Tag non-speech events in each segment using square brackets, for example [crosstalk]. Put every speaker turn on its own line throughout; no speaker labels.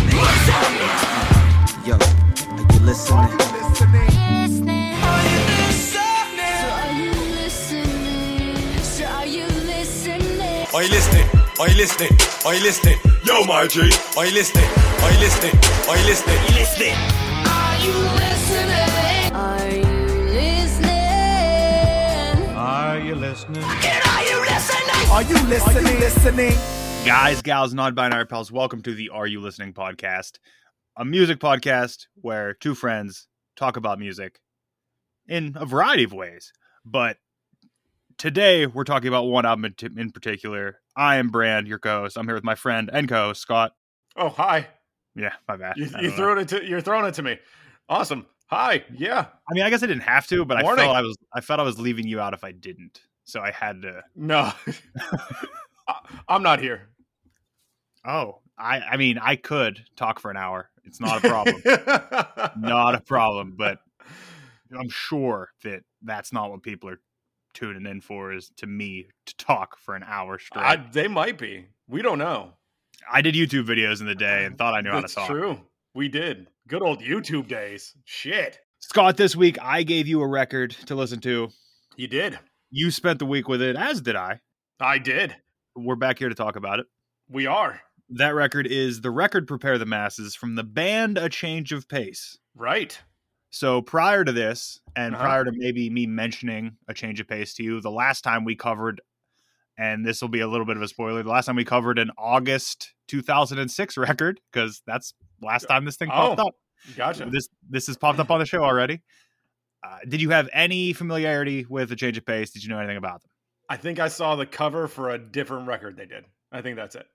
you listening? Are you listening? Are you listening?
Are you listening? Are you listening? Are you listening? Yo, my G. Are you listening? Are you listening? Are you listening? Listening.
Are you listening? Are you listening?
Are you listening?
Are you listening?
Are you listening? Are you listening?
Guys, gals, non binary pals, welcome to the Are You Listening podcast, a music podcast where two friends talk about music in a variety of ways. But today we're talking about one album in, in particular. I am Brand, your co host. I'm here with my friend and co host, Scott.
Oh, hi.
Yeah, my bad.
You,
I
you
don't know.
threw it to, you're throwing it to me. Awesome. Hi. Yeah.
I mean, I guess I didn't have to, but I felt
Warning.
I was I felt I was leaving you out if I didn't. So I had to. [laughs]
No. I, I'm not here.
Oh, I I mean, I could talk for an hour. It's not a problem.
[laughs]
not a problem. But I'm sure that that's not what people are tuning in for. Is to me to talk for an hour straight.
I,
I,
they might be. We don't know.
did YouTube videos in the day and thought I knew how to
That's
talk.
true. We did. Good old YouTube days. Shit.
Scott, this week I gave you a record to listen to.
You did.
You spent the week with it, as did I.
I did.
We're back here to talk about it.
We are.
That record is the record "Prepare the Masses" from the band A Change of Pace.
Right.
So prior to this, and
Uh-huh.
prior to maybe me mentioning a change of pace to you, the last time we covered, and this will be a little bit of a spoiler, the last time we covered an August 2006 record, because that's last time this thing popped
Oh,
up.
Gotcha.
This this has popped up on the show already. Uh, did you have any familiarity with a change of pace? Did you know anything about
I think I saw the cover for a different record they did. I think that's it.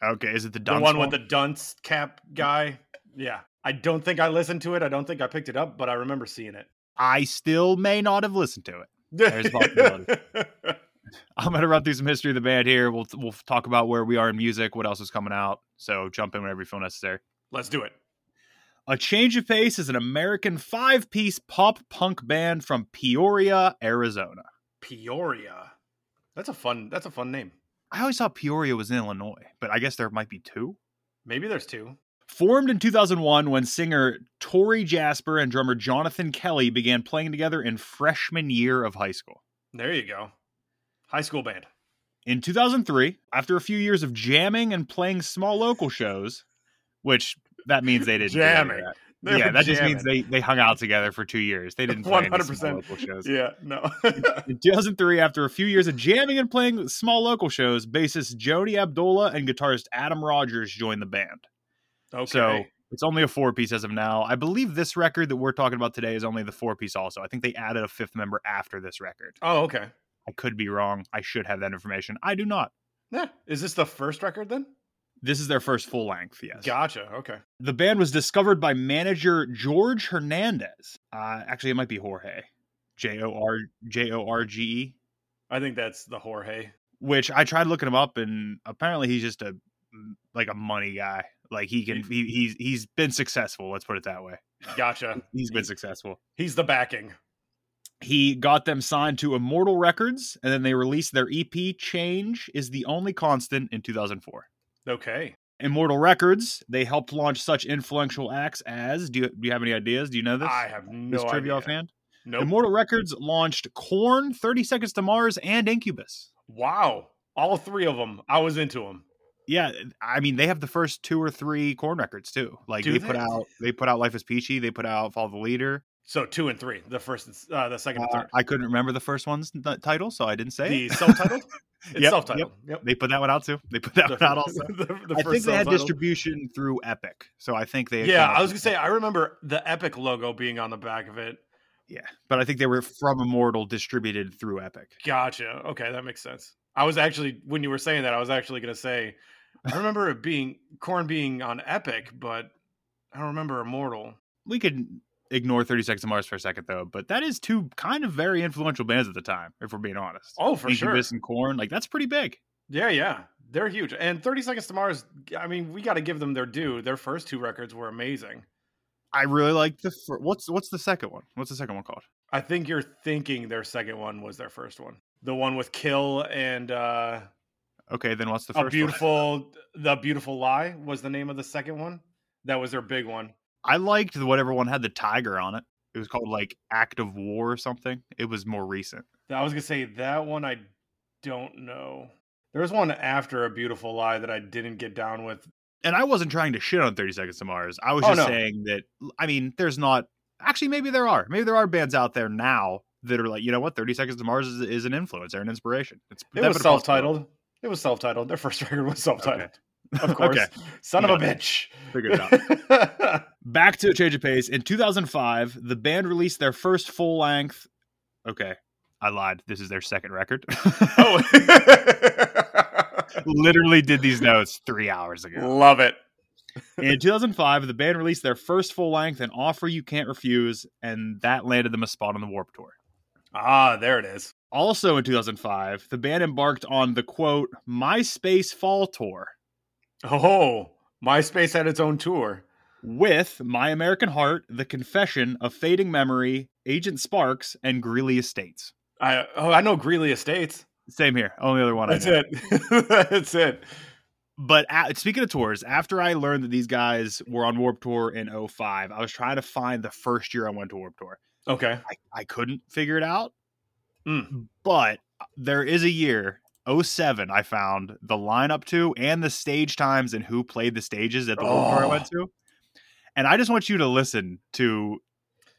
them? Okay, is it the,
the
Dunce
one with the dunce cap guy. Yeah. I don't think I listened to it. I don't think I picked it up, but I remember seeing it.
I still may not have listened to it. There's possibility.
All
I'm gonna run through some history of the band here. We'll we'll talk about where we are in music, what else is coming out. So jump in whenever you feel necessary.
[laughs] Let's do it.
A Change of Pace is an American five piece pop punk band from Peoria, Arizona.
Peoria. That's a fun that's a fun name.
I always thought Peoria was in Illinois, but I guess there might be two.
Maybe there's two.
Formed in 2001 when singer Tori Jasper and drummer Jonathan Kelly began playing together in freshman year of high school.
There you go. High school band. [laughs]
In 2003, after a few years of jamming and playing small local shows, which that means they didn't do any of
Jamming.
that.
They
yeah,
were
that just
jamming.
means they, they hung out together for two years. They didn't play any small
100%.
local shows.
Yeah, no. [laughs]
In 2003, after a few years of jamming and playing small local shows, bassist Jody Abdullah and guitarist Adam Rogers joined the band.
okay.
So it's only a four piece as of now. I believe this record that we're talking about today is only the four piece, also. I think they added a fifth member after this record.
oh, okay.
I could be wrong. I should have that information. I do not.
Yeah. Is this the first record then?
This is their first full length, yes.
Gotcha. Okay.
The band was discovered by manager George Hernandez. Uh, actually, it might be Jorge. J O R J O R G E.
I think that's the Jorge.
which I tried looking him up, and apparently he's just a mm, like a money guy. Like he can, he, he's he's been successful. Let's put it that way.
Gotcha.
He's been successful.
He's the backing.
He got them signed to Immortal Records, and then they released their EP. Change is the only constant in 2004.
Okay.
Immortal Records. They helped launch such influential acts as. Do you, do you have any ideas? Do you know this?
I have no
this trivia
idea.
offhand.
Nope.
Immortal Records launched Corn, 30 Seconds to Mars, and Incubus.
Wow. All three of them. I was into them.
yeah, I mean they have the first two or three corn records too. Like
Do
they put
they?
out they put out Life is Peachy, they put out Follow the Leader.
So two and three, the first, and s- uh, the second, and
Uh,
third.
I couldn't remember the first one's n- title, so I didn't say
The
it.
self-titled.
[laughs]
It's
Yep,
self-titled. Yep.
[laughs] They put that one out too. They put that one
The-
out also.
the- [laughs] the
I think
first
they had
self-titled.
distribution through Epic, so I think they.
Yeah, I was gonna say I remember the Epic logo being on the back of it.
Yeah, but I think they were from Immortal, distributed through Epic.
Gotcha. Okay, that makes sense. I was actually when you were saying that, I was actually gonna say
[laughs]
I remember it being corn being on Epic, but I don't remember Immortal.
We could ignore Thirty Seconds to Mars for a second though, but that is two kind of very influential bands at the time, if we're being honest.
Oh, for sure.
Incubus and Corn, like that's pretty big.
Yeah, yeah. They're huge. And 30 Seconds to Mars, I mean, we got to give them their due. Their first two records were amazing.
I really like the fir- what's what's the second one? What's the second one called?
I think you're thinking their second one was their first one. The one with Kill and uh
Okay, then what's the
A
first one?
Oh, Beautiful The Beautiful Lie was the name of the second one. That was their big one.
I liked the- whatever one had the tiger on it. It was called like Act of War or something. It was more recent.
I was gonna say that one I don't know. There was one after A Beautiful Lie that I didn't get down with.
And I wasn't trying to shit on 30 Seconds to Mars. I was
Oh, no.
just saying that I mean, there's not actually maybe there are. Maybe there are bands out there now that are like, you know what, 30 Seconds to Mars is, is an influence or an inspiration. It's
It
that
was
would possibly-
self-titled. It was self-titled. Their first [laughs] record was self-titled. Of
[laughs] Okay.
course. Son of a
Yeah.
bitch. [laughs]
Figured it out. Back to a change of pace. In 2005, the band released their first full length. Okay, I lied. This is their second record. [laughs]
oh.
literally did these notes three hours
[laughs]
ago.
Love it.
In 2005, the band released their first full length, An Offer You Can't Refuse, and that landed them a spot on the Warp Tour.
Ah, there it is.
Also in 2005, the band embarked on the quote, MySpace Fall Tour
Oh, MySpace had its own tour.
with My American Heart, The Confession of Fading Memory, Agent Sparks, and Greeley Estates.
I oh, I know Greeley Estates.
Same here. Only other one I
That's
know.
it. That's it. [laughs]
but a speaking of tours, after I learned that these guys were on Warp Tour in 05, I was trying to find the first year I went to Warp Tour.
Okay.
I, I couldn't figure it out,
Mm.
but uh, there is a year, 07, I found the lineup to and the stage times and who played the stages at the Warp Tour I
Oh.
went to. And I just want you to listen to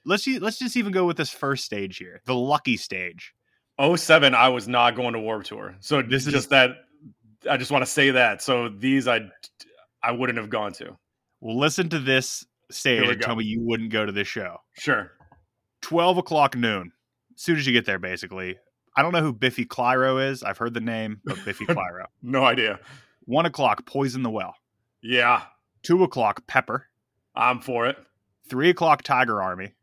let's see, let's just even go with this first stage here, the lucky stage.
07, I was not going to Warp Tour. So
This
this
is-
is just that I just want to say that. So these I I wouldn't have gone to.
Well, listen to this stage
we
and tell
go.
me you wouldn't go to this show.
Sure.
12 o'clock noon. As soon as you get there, basically. I don't know who Biffy Clyro is. I've heard the name, but
[laughs]
Biffy Clyro.
No idea.
One o'clock, Poison the Well.
Yeah,
Two o'clock, Pepper.
I'm for it.
Three o'clock, Tiger Army.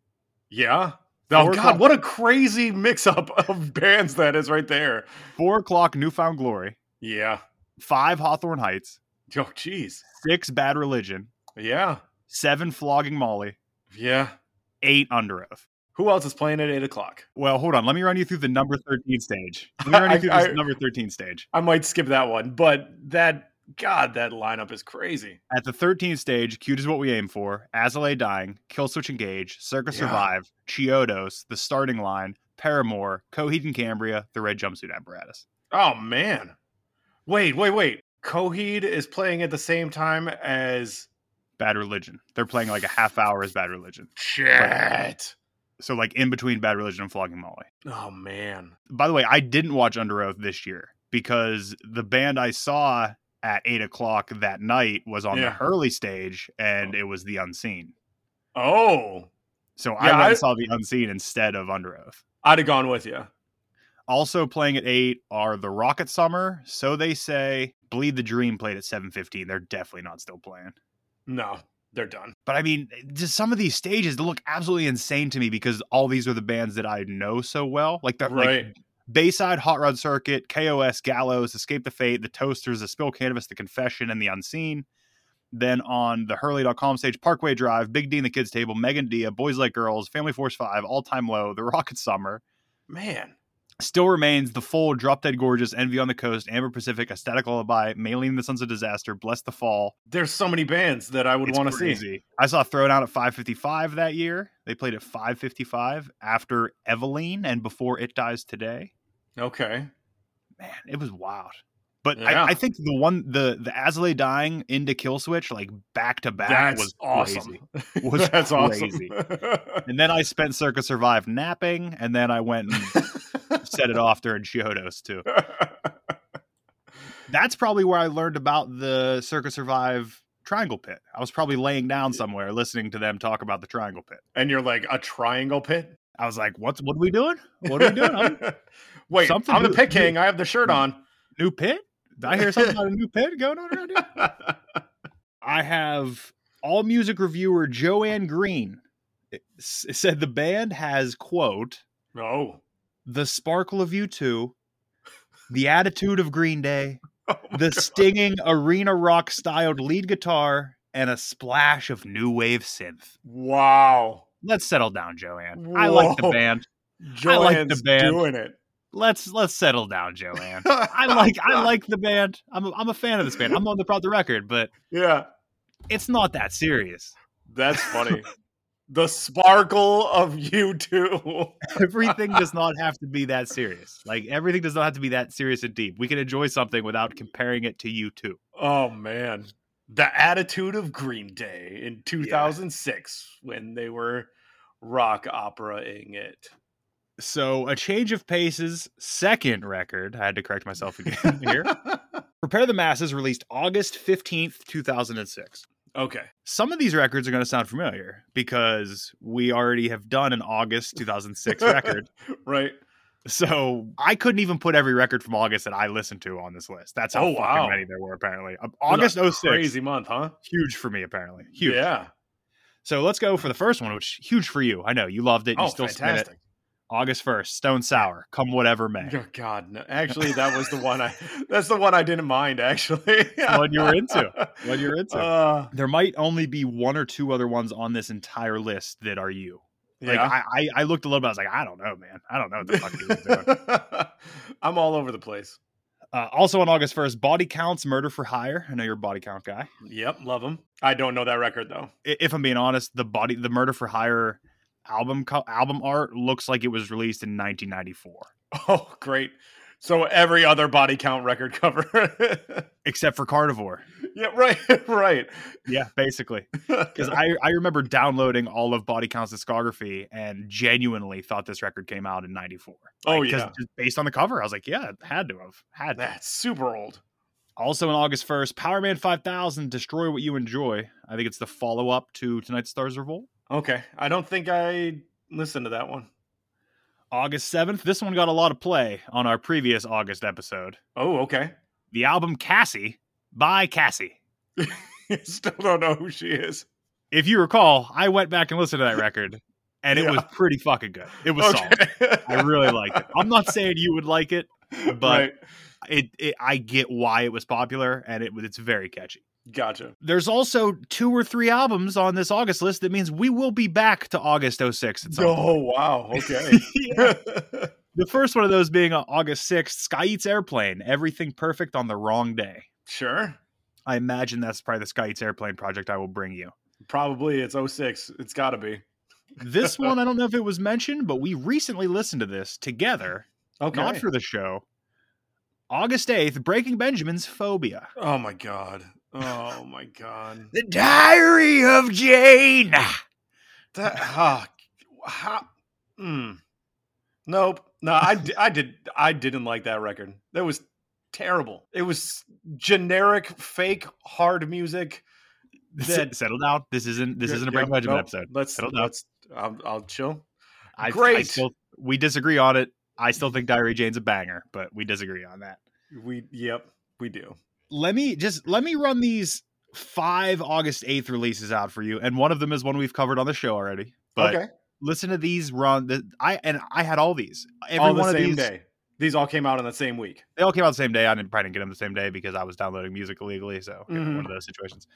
Yeah. Oh
Four
God,
o'clock.
what a crazy mix up [laughs] of bands that is right there.
Four o'clock, Newfound Glory.
Yeah.
Five, Hawthorne Heights.
Oh jeez.
Six, Bad Religion.
Yeah.
Seven, Flogging Molly.
Yeah.
Eight, Under Oath.
Who else is playing at eight o'clock?
Well, hold on. Let me run you through the number 13 stage.
[laughs]
Let me run you
I-
through this
I-
number 13 stage.
I might skip that one, but that God, that lineup is crazy.
At the 13th stage, Cute is What We Aim For, Azalea Dying, Kill Switch Engage, Circus
Yeah.
Survive, Chiodos, The Starting Line, Paramore, Coheed and Cambria, The Red Jumpsuit Apparatus.
Oh man. Wait, wait, wait. Coheed is playing at the same time as
Bad Religion. They're playing like a half hour as Bad Religion.
shit.
So, like in between Bad Religion and Flogging Molly.
Oh man.
By the way, I didn't watch Under Oath this year because the band I saw at 8 o'clock that night was on the
Yeah.
Hurley stage and it was The Unseen.
Oh.
So I
Yeah,
went
I-
and saw The Unseen instead of Under Oath.
I'd have gone with you.
Also playing at eight are the Rocket Summer. So they say. Bleed the Dream played at seven fifteen. They're definitely not still playing.
No, they're done.
But I mean, just some of these stages look absolutely insane to me because all these are the bands that I know so well. Like that,
Right.
like Bayside, Hot Rod Circuit, KOS, Gallows, Escape the Fate, The Toasters, The Spill Canvas, The Confession, and The Unseen. Then on the Hurley.com stage, Parkway Drive, Big D and the Kids Table, Megan Dia, Boys Like Girls, Family Force 5, All Time Low, The Rocket Summer,
man.
still remains the full Drop Dead Gorgeous, Envy on the Coast, Amber Pacific, A Static Lullaby, Mailing the Sons of Disaster, Bless the Fall.
There's so many bands that I would
It's
want to see.
crazy. I saw Thrown Out at 555 that year. They played at 555 after Eveline and before It Dies Today.
Okay.
Man, it was wild. But
Yeah.
I, I think the one the the Azalea dying into kill switch like back to back
That's
was
awesome.
crazy.
[laughs]
Was
That's
crazy.
awesome.
And then I spent Circa Survive napping, and then I went and set it off during Chiodos too. That's probably where I learned about the Circa Survive Triangle Pit. I was probably laying down somewhere listening to them talk about the Triangle Pit.
[laughs] and you're like a triangle
[laughs]
pit.
I was like, "What's what are we doing? What are we
[laughs]
doing? I'm-
Wait,
Something
I'm the
new-
pit king. I have the shirt on.
[laughs] new pit? Did I hear something about a new pit going on around here?"
[laughs]
I have all music reviewer Joanne Green s- said the band has quote
no.
Oh. the sparkle of
[laughs]
you two, the attitude of Green Day,
Oh my
the
God.
stinging arena rock styled lead guitar, and a splash of new wave synth.
Wow.
Let's settle down, Joanne. I like the
Whoa.
band. I like the
Joanne's
band.
doing it.
Let's let's settle
[laughs]
down, Joanne. [laughs] I
Oh
like I like the band. I'm a, I'm a fan of this band. I'm on the proud the record, but
Yeah,
it's not that serious.
that's funny. the sparkle of you two. [laughs]
everything does not have to be that serious. Like everything does not have to be that serious and deep. We can enjoy something without comparing it to you too.
Oh man, the attitude of Green Day in 2006 when they were rock operaing it.
So a change of pace's second record. I had to correct
[laughs]
myself again here. Prepare the Masses released August 15th, 2006.
Okay,
Some of these records are going to sound familiar because we already have done an August
[laughs]
2006 record.
right.
So I couldn't even put every record from August that I listened to on this list. That's how
Oh,
fucking
wow.
many there were apparently. Um,
What a
August 06.
crazy month, huh?
Huge for me apparently. Huge.
Yeah.
So let's go for the first one, which huge for you. I know you loved it. You
Oh,
still spin it.
fantastic.
August first, Stone Sour, come whatever may.
Oh, God, no. actually, that was the one I. [laughs] That's the one I didn't mind.
[laughs]
Actually,
one you
[laughs]
were into. What you're into.
Uh,
there might only be one or two other ones on this entire list that are you.
[laughs]
Like
yeah.
I, I, I looked a little bit. I was like, I don't know, man. I don't know what the fuck he was doing.
[laughs] I'm all over the place.
Uh, also on August first, Body Counts, Murder for Hire. I know you're a Body Count guy.
Yep, love them. I don't know that record though. [laughs]
I- If I'm being honest, the Body, the Murder for Hire album co- album art looks like it was released in 1994,
Oh, great. So every other body count record cover. [laughs]
except for Carnivore.
yeah, right, [laughs] right.
Yeah,
[laughs]
basically. because I, I remember downloading all of Body Count's discography and genuinely thought this record came out in '94.
oh
Because
yeah,
just based on the cover, I was like, yeah, it had to have had. To.
that's super old.
Also, on August 1st, Power Man 5000, Destroy What You Enjoy. I think it's the follow up to Tonight's Stars Revolt.
Okay, I don't think I listened to that one.
August 7th, this one got a lot of play on our previous August episode.
Oh, okay. [laughs]
The album Cassie by Cassie.
Still don't know who she is.
If you recall, I went back and listened to that record, and it
Yeah.
was pretty fucking good. It was solid.
[laughs]
I really liked it. I'm not saying you would like it. but-
Right.
it, it I get why it was popular and it it's very catchy.
gotcha.
There's also two or three albums on this August list that means we will be back to August 06 at some point.
Oh wow.
[laughs]
Okay. [laughs]
The first one of those being on August 6th, Sky Eats Airplane, Everything Perfect on the Wrong Day.
sure.
I imagine that's probably the Sky Eats Airplane project I will bring you.
Probably it's 06. It's got to be.
This one, I don't know if it was mentioned, but we recently listened to this together,
Okay.
not for the show. August 8th, Breaking Benjamin's Phobia.
oh my god. Oh my god.
The Diary of Jane.
That ah, how, mm. nope. No, I, di- I did I didn't like that record. That was terrible. It was generic, fake, hard music. That-
Settle down. This isn't this
Yeah,
isn't a
yep,
Breaking Benjamin
nope.
episode.
Let's
Settle down.
let's I'll, I'll chill.
I, I
Great.
still, we disagree on it. I still think Diary Jane's a banger, but we disagree on that.
We yep we do.
Let me just let me run these five August eighth releases out for you, and one of them is one we've covered on the show already. But
okay,
listen to these run. The, I and I had all these. Every
all the
one
same
of these,
day. These all came out on the same week.
They all came out the same day. I didn't probably didn't get them the same day because I was downloading music illegally. So you know,
Mhm.
one of those situations.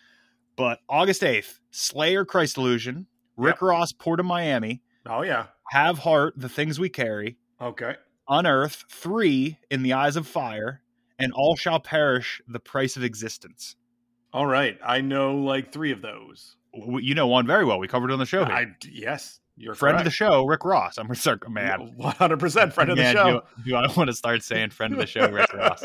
But August eighth, Slayer, Christ Illusion, Rick Ross, Port of Miami,
Oh yeah.
Have Heart, The Things We Carry,
Okay.
unearth three in the eyes of fire and all shall perish the price of existence
All right. I know like three of those.
W- you know one very well we covered it on the show here.
I yes. You're
friend of the
correct.
show rick ross i'm circ man
One hundred percent friend of the
Man,
show. [laughs]
do, do i want to start saying friend of the show rick ross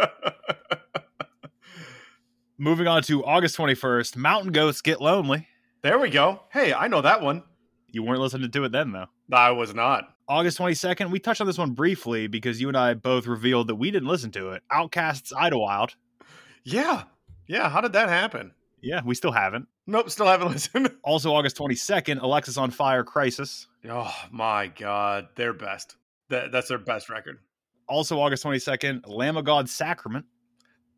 Moving on to August 21st, Mountain Ghosts Get Lonely.
There we go. Hey, I know that one.
You weren't listening to it then, though.
I was not.
August 22nd, we touched on this one briefly because you and I both revealed that we didn't listen to it. Outcasts Idlewild.
Yeah. Yeah. How did that happen?
Yeah, we still haven't.
Nope, still haven't [laughs] listened.
Also, August 22nd, Alexis on Fire Crisis.
oh my God. Their best. That, that's their best record.
Also, August 22nd, Lamb of God Sacrament.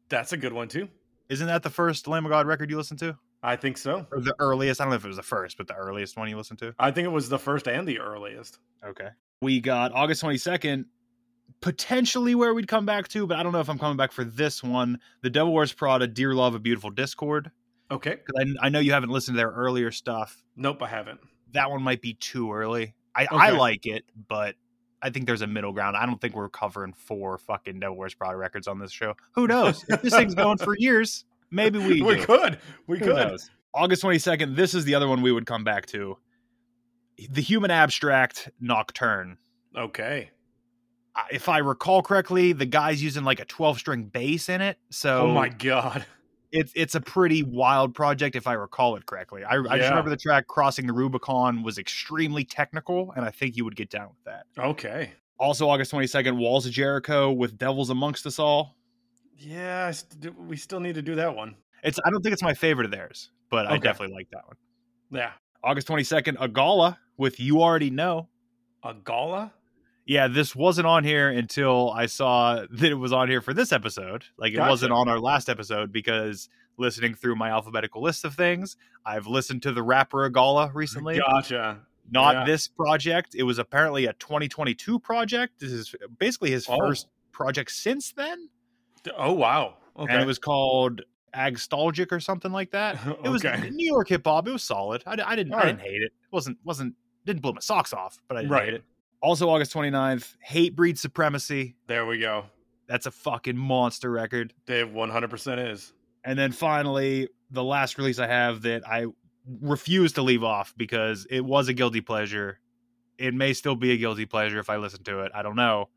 That's a good one too.
Isn't that the first Lamb of God record you listened to?
I think so.
Or the earliest? I don't know if it was the first, but the earliest one you listened to?
I think it was the first and the earliest.
Okay. We got August 22nd, potentially where we'd come back to, but I don't know if I'm coming back for this one. The Devil Wears Prada, Dear Love, A Beautiful Discord.
Okay.
Because I, I know you haven't listened to their earlier stuff.
Nope, I haven't.
That one might be too early. I, I
Okay.
like it, but I think there's a middle ground. I don't think we're covering four fucking Devil Wears Prada records on this show.
[laughs]
Who knows? if this thing's going for years, maybe we
we
do.
could. We
Who
could.
knows? August 22nd, this is the other one we would come back to. The Human Abstract Nocturne.
Okay.
I- if I recall correctly, the guy's using like a 12 string bass in it. So
Oh my God.
it's it's a pretty wild project if I recall it correctly. I, I just
Yeah.
remember the track Crossing the Rubicon was extremely technical, and I think you would get down with that.
Okay.
Also, August 22nd, Walls of Jericho with Devils Amongst Us All.
Yeah, I st- we still need to do that one.
It's I don't think it's my favorite of theirs, but I
Okay.
definitely like that one.
Yeah.
August 22nd, A Gala with You Already Know.
A gala?
Yeah, this wasn't on here until I saw [laughs] that it was on here for this episode. Like it
Gotcha.
wasn't on our last episode because listening through my alphabetical list of things, I've listened to the rapper Agala recently.
Gotcha.
Not
yeah.
this project. It was apparently a 2022 project. This is basically his
Oh.
first project since then,
D- Oh wow. Okay.
and it was called Agstalgic or something like that.
[laughs]
It was
Okay.
New York hip hop. It was solid. I, I didn't. I
Alright.
didn't hate it. Wasn't wasn't didn't blow my socks off, but I didn't
Right.
hate it. Also, August 29th, Hate Breed Supremacy.
there we go.
That's a fucking monster record.
Dave 100% is.
And then finally, the last release I have that I refuse to leave off because it was a guilty pleasure. It may still be a guilty pleasure if I listen to it. I don't know.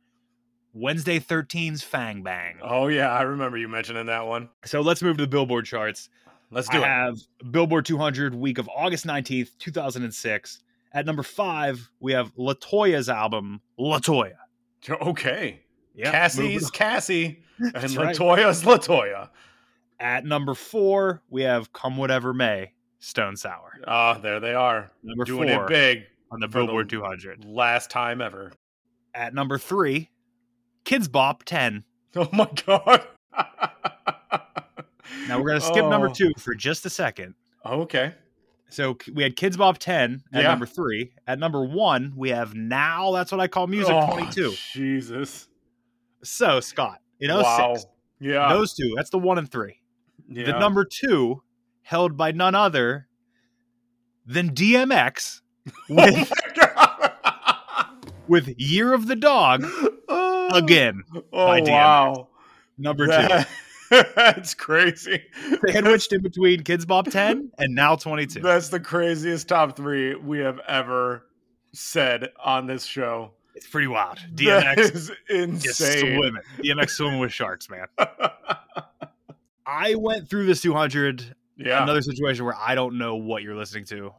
Wednesday 13's Fang Bang.
Oh yeah, I remember you mentioning that one.
So let's move to the Billboard charts.
Let's
I
do it.
have Billboard 200 week of August 19th, 2006. At number five, we have Latoya's album, Latoya.
Okay.
Yeah,
Cassie's
[laughs]
Cassie and
right.
Latoya's Latoya.
At number four, we have Come Whatever May, Stone Sour.
Ah, there they are.
Number
doing
four
it big.
on the
for the-
Billboard 200.
Last time ever. [laughs]
At number three, Kids Bop 10.
Oh my god.
[laughs] Now we're going to skip number
Oh,
two for just a second.
Okay.
So c- we had Kids Bop 10 at
Yeah.
number three. At number one, we have Now That's What I Call Music
Oh,
22.
Jesus.
So, Scott, in 06,
wow. Yeah.
those two, that's the one and three.
yeah. [laughs]
The number two, held by none other
[laughs]
than DMX
Oh,
with, with Year of the Dog
oh,
again.
Oh
by DMX.
wow.
Number two.
That- [laughs] that's crazy.
sandwiched in between Kids Bop 10 and now 22.
That's the craziest top three we have ever said on this show.
It's pretty wild.
That
DMX
is
is
insane.
swimming. DMX swimming with sharks, man. [laughs] I went through this 200.
yeah.
Another situation where I don't know what you're listening to.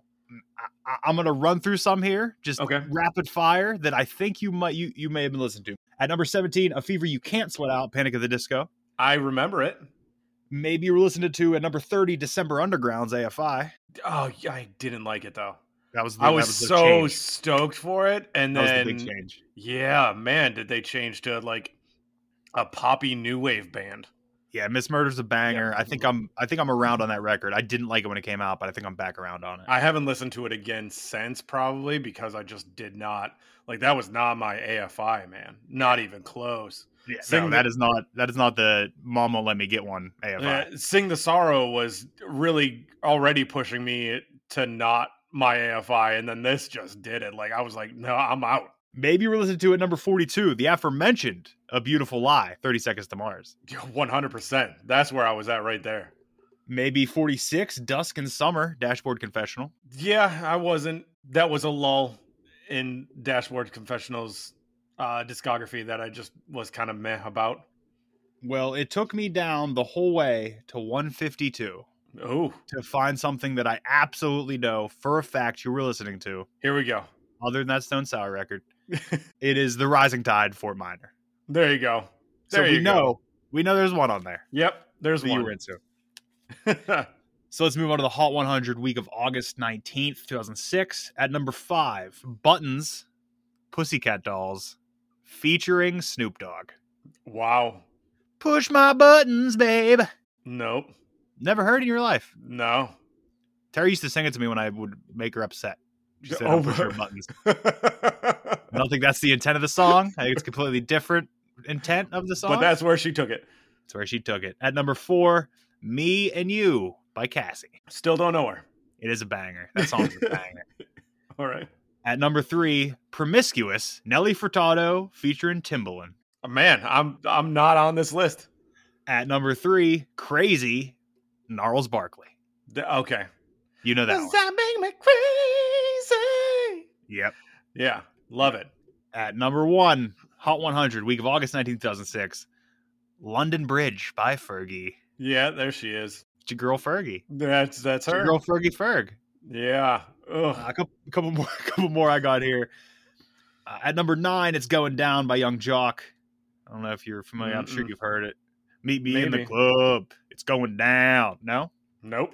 I, I- I'm gonna run through some here, just
Okay.
rapid fire that I think you might you you may have been listening to. At number 17, a fever you can't sweat out, Panic of the Disco.
I remember it.
Maybe you were listening to at number 30, December Underground's AFI.
Oh, yeah, I didn't like it though.
That was the,
I
that
was,
the
so
change.
stoked for it, and
that was the
then
big change.
yeah, man, did they change to like a poppy new wave band?
Yeah, Miss Murder's a banger. I think I'm I think I'm around on that record. I didn't like it when it came out, but I think I'm back around on it.
I haven't listened to it again since, probably because I just did not like. That was not my AFI, man. Not even close.
Yeah,
Sing
no,
the-
that is not that is not the mom won't let me get one AFI.
Yeah, Sing the Sorrow was really already pushing me to not my AFI, and then this just did it. Like I was like, no, I'm out. [laughs]
Maybe we're listening to at number 42, the aforementioned A Beautiful Lie, 30 Seconds to Mars.
100. percent That's where I was at right there.
Maybe 46, Dusk and Summer, Dashboard Confessional.
Yeah, I wasn't. That was a lull in Dashboard Confessionals uh, discography that I just was kind of meh about.
Well, it took me down the whole way to 152
Oh,
to find something that I absolutely know for a fact you were listening to,
here we go. [laughs]
other than that Stone Sour record. it is The Rising Tide Fort Minor.
There you go.
So
There
we
you go.
know we know there's one on there
Yep. There's
that you were
one.
into. So let's move on to the Hot 100 week of August 19th, 2006. At number five, Buttons, Pussycat Dolls, featuring Snoop Dogg.
[laughs] wow.
Push my buttons, babe.
Nope.
Never heard in your life.
No. [laughs]
Tara used to sing it to me when I would make her upset. She said,
Oh,
I'll push your buttons. I don't think that's the intent of the song. I think it's completely different intent of the song.
but that's where she took it.
That's where she took it. At number four, Me and You by Cassie.
Still don't know her. [laughs]
It is a banger. That song is a banger.
All right.
At number three, Promiscuous, Nelly Furtado featuring Timbaland.
Uh, Man, I'm I'm not on this list.
At number three, Crazy, Gnarls Barkley.
D- okay.
You know that
Does
one.
that make me crazy?
Yep.
Yeah. Love it.
At number one, Hot 100, week of August 19, 2006, London Bridge by Fergie.
Yeah, there she is.
It's your girl Fergie.
That's that's
It's your
her.
girl Fergie Ferg.
Yeah.
Uh,
Ugh.
a couple, a couple [laughs] more, a couple more I got here. Uh, at number nine, it's going down by Young Jock. I don't know if you're familiar. I'm sure
Mm-mm.
you've heard it. Meet me in the
Maybe.
club. It's going down. No.
Nope.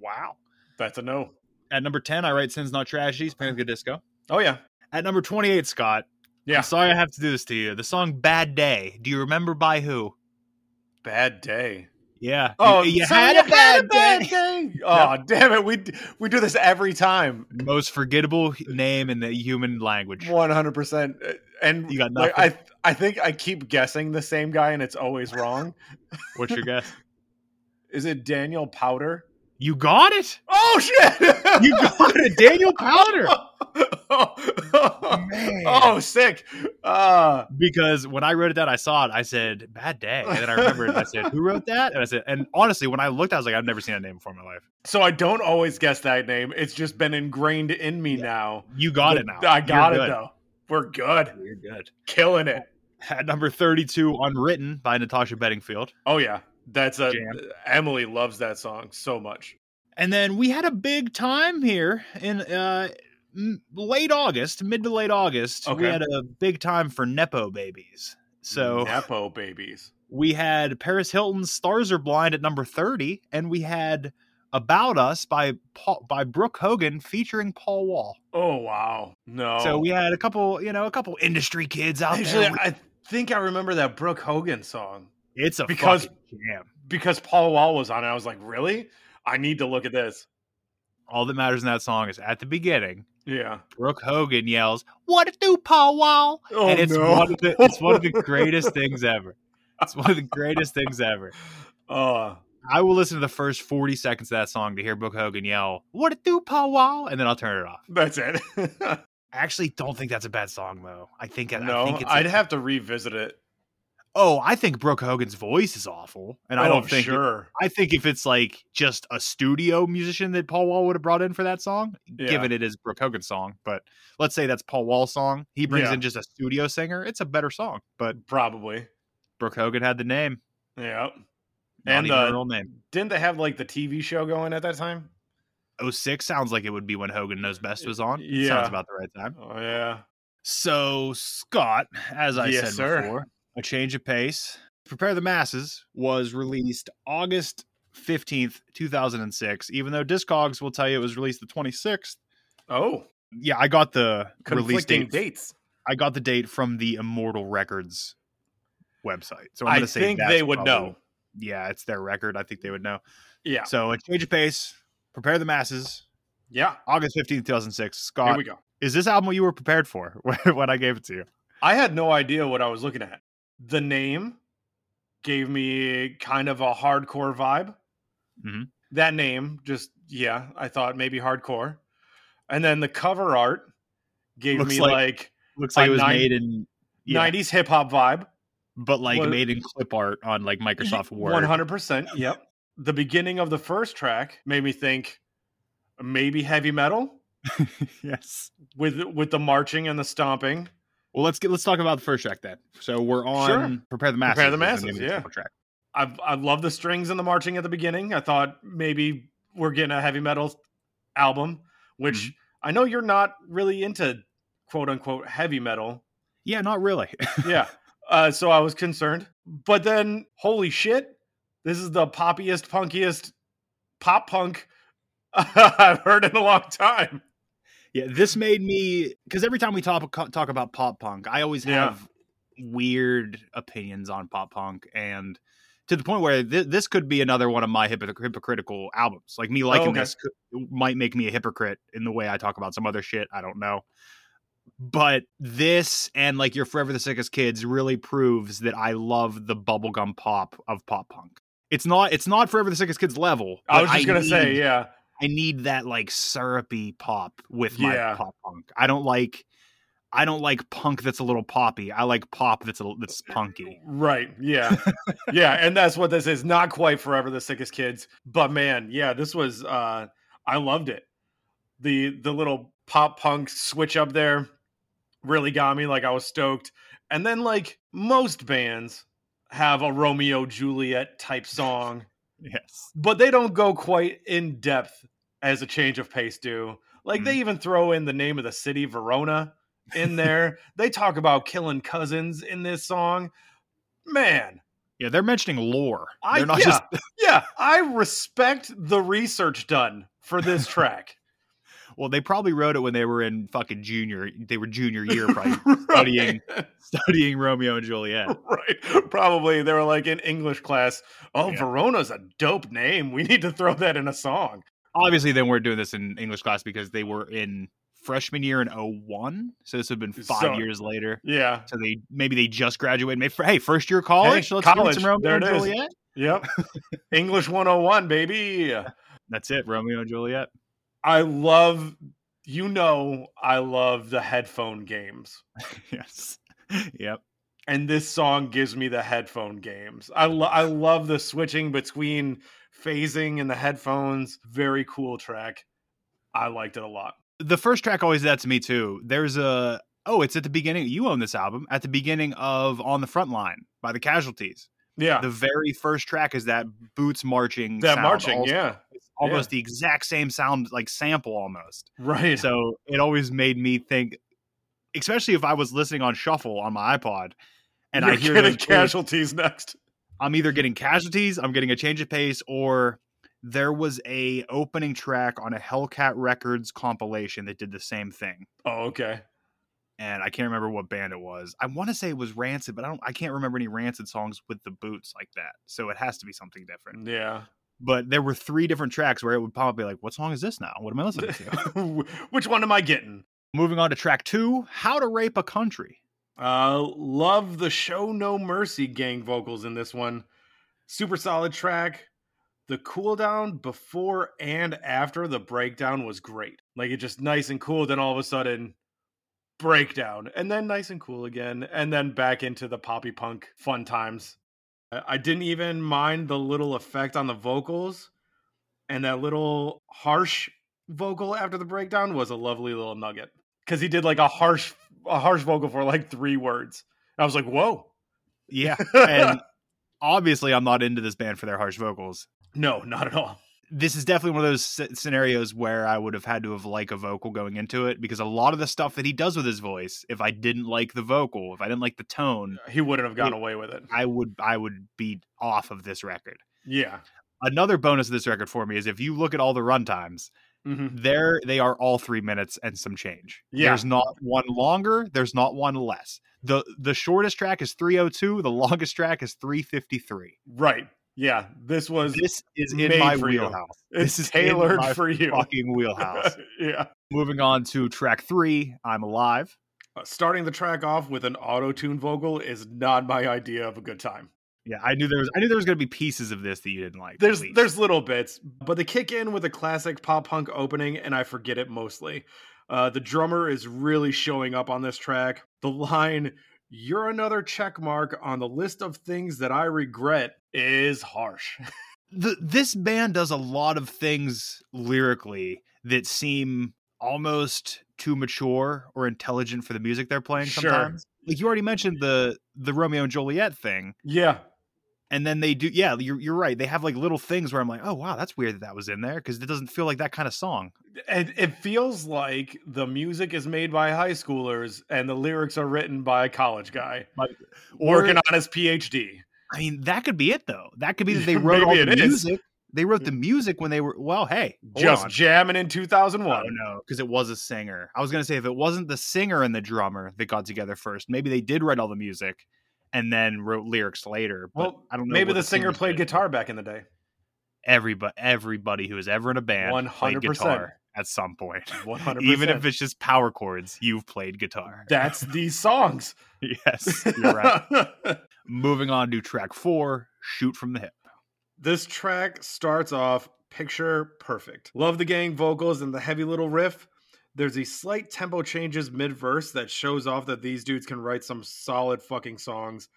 Wow.
That's a no.
At number 10, I write Sins Not Tragedies, Panic at the Disco.
Oh yeah.
At number 28, Scott.
Yeah.
I'm sorry I have to do this to you. The song Bad Day. Do you remember by who?
Bad day.
Yeah.
Oh,
you, you
so
had,
you
a bad day. [laughs]
day. Oh, damn it. We d- we do this every time.
Most forgettable h- name in the human language.
One hundred percent. Uh, And
You got
like, I I think I keep guessing the same guy, and it's always wrong.
What's your guess?
Is it Daniel Powder?
You
[laughs]
got it.
Oh shit!
You got it. Daniel Powder.
[laughs] oh,
Man.
sick. Uh,
Because when I wrote it down, I saw it. I said, bad day. And then I remembered. I said, who wrote that? And I said, and honestly, when I looked, I was like, I've never seen that name before in my life.
so I don't always guess that name. It's just been ingrained in me now.
You got it now.
I got
You're
it
good.
though. We're good.
You're good.
Killing it.
At number 32, Unwritten by Natasha Bedingfield.
Oh yeah. That's a
Jam.
Emily loves that song so much.
And then we had a big time here in uh, m- late August, mid to late August. We
Okay. Mm,
had a big time for Nepo babies. So
Nepo babies.
we had Paris Hilton's Stars Are Blind at number 30, and we had About Us by Paul, by Brooke Hogan featuring Paul Wall.
Oh wow. No.
So we had a couple, you know, a couple industry kids out
Oh. actually uh,
there.
I think I remember that Brooke Hogan song
It's a
because-
fucking jam.
because Paul Wall was on it. I was like, really? I need to look at this.
All that matters in that song is at the beginning,
Yeah.
Brooke Hogan yells, "What it do, Paul Wall?"
Oh
and it's
no.
one of the it's one
[laughs]
of the greatest things ever. It's one of the greatest things ever.
Uh,
I will listen to the first forty seconds of that song to hear Brooke Hogan yell, "What it do, Paul Wall?" and then I'll turn it off.
that's it.
I actually don't think that's a bad song though. I think
[laughs]
I
no,
think it's
I'd
a-
have to revisit it.
oh, I think Brooke Hogan's voice is awful, and I
Oh,
don't think it-
sure.
I think if it's like just a studio musician that Paul Wall would have brought in for that song,
Yeah.
given it is Brooke Hogan's song, but let's say that's Paul Wall's song. He brings
Yeah.
in just a studio singer. It's a better song, but
Probably.
Brooke Hogan had the name,
Yeah.
not
And,
even
uh,
her real name.
Didn't they have like the TV show going at that time?
06 sounds like it would be when Hogan Knows Best was on.
Yeah.
Sounds about the right time.
Oh yeah.
So, Scott, as I
Yes,
said
sir.
before, a change of pace. Prepare the Masses was released August 15th, 2006, even though Discogs will tell you it was released the 26th.
Oh,
Yeah, I got the release
conflicting
date.
dates.
I got the date from the Immortal Records website. So I'm
I
going to say
think
that's
they would
probably-
know.
Yeah, it's their record. I think they would know.
Yeah.
So a change of pace. Prepare the masses.
Yeah.
August 15th, 2006.
Here
Scott,
we go.
is this album what you were prepared for [laughs] when- when I gave it to you?
I had no idea what I was looking at. The name gave me kind of a hardcore vibe.
Mhm.
That name, just yeah, I thought maybe hardcore. And then the cover art gave
Looks
me
like-
like
Looks like
A
it was
nine-
made in yeah,
90s hip hop vibe.
but like
what-
made in clip art on like Microsoft Word.
One
[laughs]
hundred percent. Yep. The beginning of the first track made me think maybe heavy metal
yes.
with with the marching and the stomping.
Well, let's get let's talk about the first track then. So we're on
Sure.
prepare the masses.
Prepare the
is name
Masses,
of the
yeah.
title Track.
I I love the strings and the marching at the beginning. I thought maybe we're getting a heavy metal album, which I know you're not really into quote unquote heavy metal.
Yeah, not really.
yeah. Uh, so I was concerned. But then, holy shit, this is the poppiest, punkiest pop punk [laughs] I've heard in a long time.
yeah, this made me because every time we talk talk about pop punk, I always
Yeah.
have weird opinions on pop punk, and to the point where th- this could be another one of my hypocr- hypocritical albums. Like me liking
Oh, okay.
this could, might make me a hypocrite in the way I talk about some other shit. I don't know. But this and like your Forever the Sickest Kids really proves that I love the bubblegum pop of pop punk. It's not it's not Forever the Sickest Kids level.
I
but
was just going to say,
need-
yeah.
I need that like syrupy pop with my
Yeah.
pop punk. I don't like I don't like punk that's a little poppy. I like pop that's a, that's punky.
Right. Yeah. yeah. And that's what this is. Not quite forever the sickest kids. But man, yeah, this was uh I loved it. The the little pop punk switch up there really got me. Like I was stoked. And then like most bands have a Romeo Juliet type song,
Yes.
but they don't go quite in depth as a change of pace do. Like
Mm.
they even throw in the name of the city, Verona,
[laughs]
in there. they talk about killing cousins in this song. Man,
Yeah, they're mentioning lore.
I-
they're not
yeah.
just
[laughs] Yeah, I respect the research done for
[laughs]
this track.
well, they probably wrote it when they were in fucking junior they were junior year
[laughs]
probably [laughs] studying studying Romeo and Juliet.
right. Probably they were like in English class. Oh,
Yeah.
Verona's a dope name. We need to throw that in a song.
Obviously they weren't doing this in English class because they were in freshman year in 01. So this would have been 5
So-
years later.
Yeah.
So they maybe they just graduated. Maybe, hey, first year of college.
Hey,
let's give it
college,
some Romeo
there
and
it is.
Juliet. [laughs]
Yep. English 101, baby.
That's it, Romeo and Juliet.
I love you know I love the headphone games.
[laughs] yes. Yep.
and this song gives me the headphone games. I lo- I love the switching between phasing and the headphones. Very cool track. I liked it a lot.
The first track always did that to me too. There's a oh, it's at the beginning. You own this album at the beginning of On the Front Line by the Casualties.
Yeah,
The very first track is that boots marching.
Ah. that
sound,
marching.
also- [laughs]
yeah,
almost the exact same sound, like sample almost.
right.
So it always made me think, especially if I was listening on shuffle on my iPod, and
You're
I hear
getting
those words,
casualties next.
I'm either getting casualties, I'm getting a change of pace, or there was a opening track on a Hellcat Records compilation that did the same thing.
Oh, okay.
And I can't remember what band it was. I want to say it was Rancid, but I don't I can't remember any Rancid songs with the boots like that. So it has to be something different.
Yeah, [laughs]
But there were three different tracks where it would probably be like, what song is this now? What am I listening to?
[laughs] which one am I getting?
Moving on to track two, How to Rape a Country.
Uh, love the show No Mercy gang vocals in this one. Super solid track. The cooldown before and after the breakdown was great. Like it just nice and cool. Then all of a sudden, breakdown, and then nice and cool again, and then back into the poppy punk fun times. I I didn't even mind the little effect on the vocals, and that little harsh vocal after the breakdown was a lovely little nugget because he did like a harsh a harsh vocal for like three words. I was like, whoa.
Yeah. And obviously I'm not into this band for their harsh vocals.
no, not at all.
this is definitely one of those sce- scenarios where I would have had to have liked a vocal going into it because a lot of the stuff that he does with his voice, if I didn't like the vocal, if I didn't like the tone,
He wouldn't have gotten away with it.
I would I would be off of this record.
Yeah.
Another bonus of this record for me is if you look at all the runtimes,
hmm
there they are all three minutes and some change.
Yeah.
There's not one longer, there's not one less. The the shortest track is 302, the longest track is 353.
Right. Yeah. This was
This is in
Made
my
for you.
wheelhouse.
it's
this is in
tailored
my
for [laughs] you. [laughs]
Fucking wheelhouse.
yeah.
Moving on to track three, I'm Alive.
Uh, Starting the track off with an auto tune vocal is not my idea of a good time.
Yeah, I knew there was I knew there was gonna be pieces of this that you didn't like. at
There's
least.
there's little bits, but they kick in with a classic pop punk opening, and I forget it mostly. Uh, the drummer is really showing up on this track. The line "You're another check mark on the list of things that I regret" is harsh. [laughs]
Th- this band does a lot of things lyrically that seem almost too mature or intelligent for the music they're playing
Sure.
sometimes. Like you already mentioned the the Romeo and Juliet thing.
Yeah.
And then they do yeah, you're you're right. They have like little things where I'm like, "Oh wow, that's weird that that was in there because it doesn't feel like that kind of song."
And it feels like the music is made by high schoolers and the lyrics are written by a college guy working on his PhD.
I mean, that could be it though. That could be that they
[laughs] Yeah,
wrote all
maybe
the
it is. Mm.
music. They wrote the music when they were well. Hey, hold
Just
on.
jamming in 2001.
oh no, because it was a singer. I was gonna say if it wasn't the singer and the drummer that got together first, maybe they did write all the music and then wrote lyrics later. But
Well,
I don't know.
Maybe
what
the singer
singers
played
did.
guitar back in the day.
Everybody, everybody who was ever in a band played
100%.
guitar at some point. [laughs]
100%.
Even if it's just power chords, you've played guitar.
that's these songs.
[laughs] yes, you're
[laughs]
right. Moving on to track four, shoot from the hip.
This track starts off picture perfect. Love the gang vocals and the heavy little riff. There's these slight tempo changes mid verse that shows off that these dudes can write some solid fucking songs.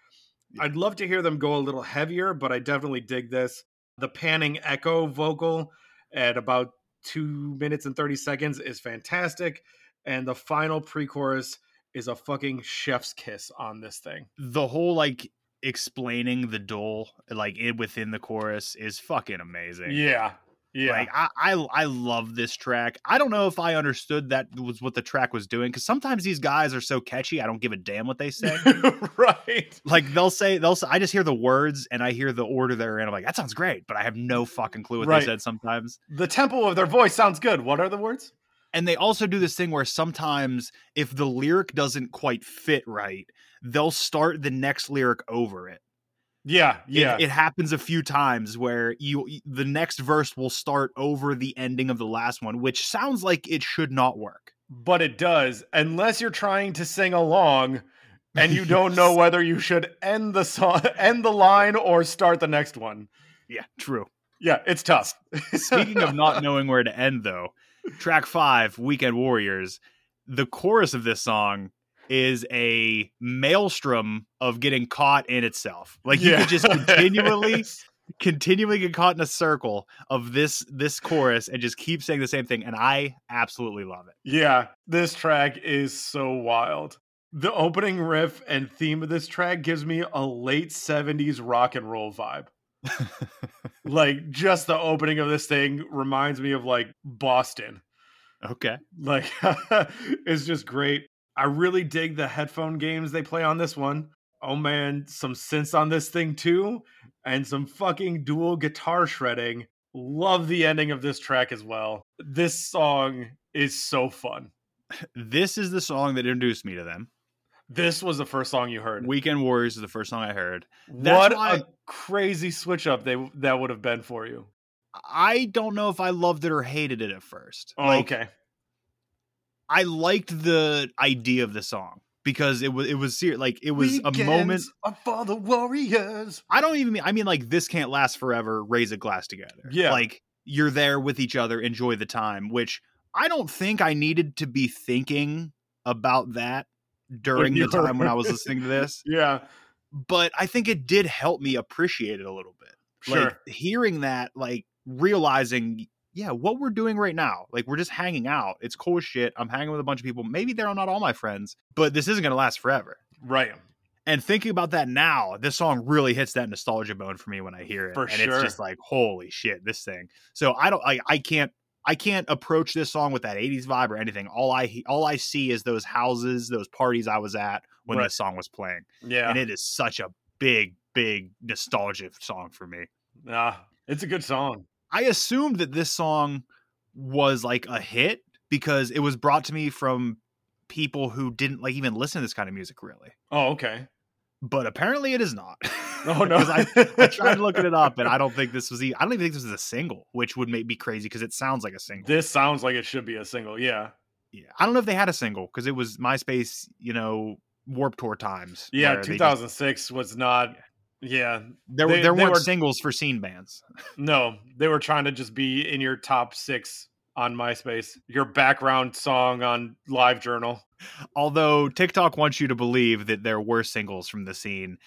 I'd love to hear them go a little heavier, but I definitely dig this. The panning echo vocal at about two minutes and 30 seconds is fantastic. And the final pre chorus is a fucking chef's kiss on this thing.
the whole like explaining the dole like it within the chorus is fucking amazing.
Yeah. Yeah.
Like I, I I love this track. I don't know if I understood that was what the track was doing because sometimes these guys are so catchy. I don't give a damn what
[laughs]
they say.
right.
like they'll say they'll say, I just hear the words and I hear the order they're in. I'm like that sounds great, but I have no fucking clue what
Right.
they said sometimes.
The tempo of their voice sounds good. What are the words?
And they also do this thing where sometimes if the lyric doesn't quite fit right, they'll start the next lyric over it.
Yeah,
It- it, happens a few times where you the next verse will start over the ending of the last one which sounds like it should not work
but it does, unless you're trying to sing along and you don't know
[laughs] Yes.
whether you should end the song, [laughs] end the line, or start the next one.
yeah true [laughs]
Yeah, it's tough.
speaking of not knowing where to end though track five weekend warriors the chorus of this song is a maelstrom of getting caught in itself like you could [laughs] just
[laughs]
continually continually get caught in a circle of this this chorus and just keep saying the same thing and i absolutely love it
Yeah, this track is so wild. The opening riff and theme of this track gives me a late 70s rock and roll
[laughs]
vibe. like just the opening of this thing reminds me of like Boston.
okay
Like [laughs] it's just great. I really dig the headphone games they play on this one. Oh man, some synths on this thing too, and some fucking dual guitar shredding. Love the ending of this track as well. This song is so fun.
this is the song that introduced me to them
This was the first song you heard.
Weekend Warriors is the first song I heard.
what
that's why-
a crazy switch up they that would have been for you.
I don't know if I loved it or hated it at first.
Oh,
Like,
okay.
I liked the idea of the song because it was it was ser- like it was a moment.
Weekends are for the warriors.
I don't even mean I mean like this can't last forever. Raise a glass together.
Yeah.
like you're there with each other. Enjoy the time. Which I don't think I needed to be thinking about that during
you [laughs]
the time when I was
were-
listening to this.
Yeah,
But I think it did help me appreciate it a little bit.
sure.
like hearing that like realizing yeah what we're doing right now like we're just hanging out it's cool as shit i'm hanging with a bunch of people maybe they're not all my friends but this isn't going to last forever
right.
and thinking about that now this song really hits that nostalgia bone for me when i hear it
For
and
sure.
it's just like holy shit this thing so i don't like i can't I can't approach this song with that 80s vibe or anything. All I he- all I see is those houses, those parties I was at when
Right.
this song was playing.
Yeah.
And it is such a big big nostalgia song for me.
Nah, it's a good song.
I assumed that this song was like a hit because it was brought to me from people who didn't like even listen to this kind of music really.
Oh, okay.
But apparently it is not. [laughs]
Oh no,
'Cause I, I tried looking it up
[laughs]
and I don't think this was e- I don't even think this was a single, which would make me crazy because it sounds like a single.
This sounds like it should be a single. Yeah,
yeah. I don't know if they had a single because it was MySpace, you know, Warp Tour times.
yeah.
where they just-
2006 was not. Yeah,
there were
they-
there
they
weren't
were-
singles for scene bands.
no, they were trying to just be in your top six on MySpace. Your background song on Live Journal.
Although TikTok wants you to believe that there were singles from the scene,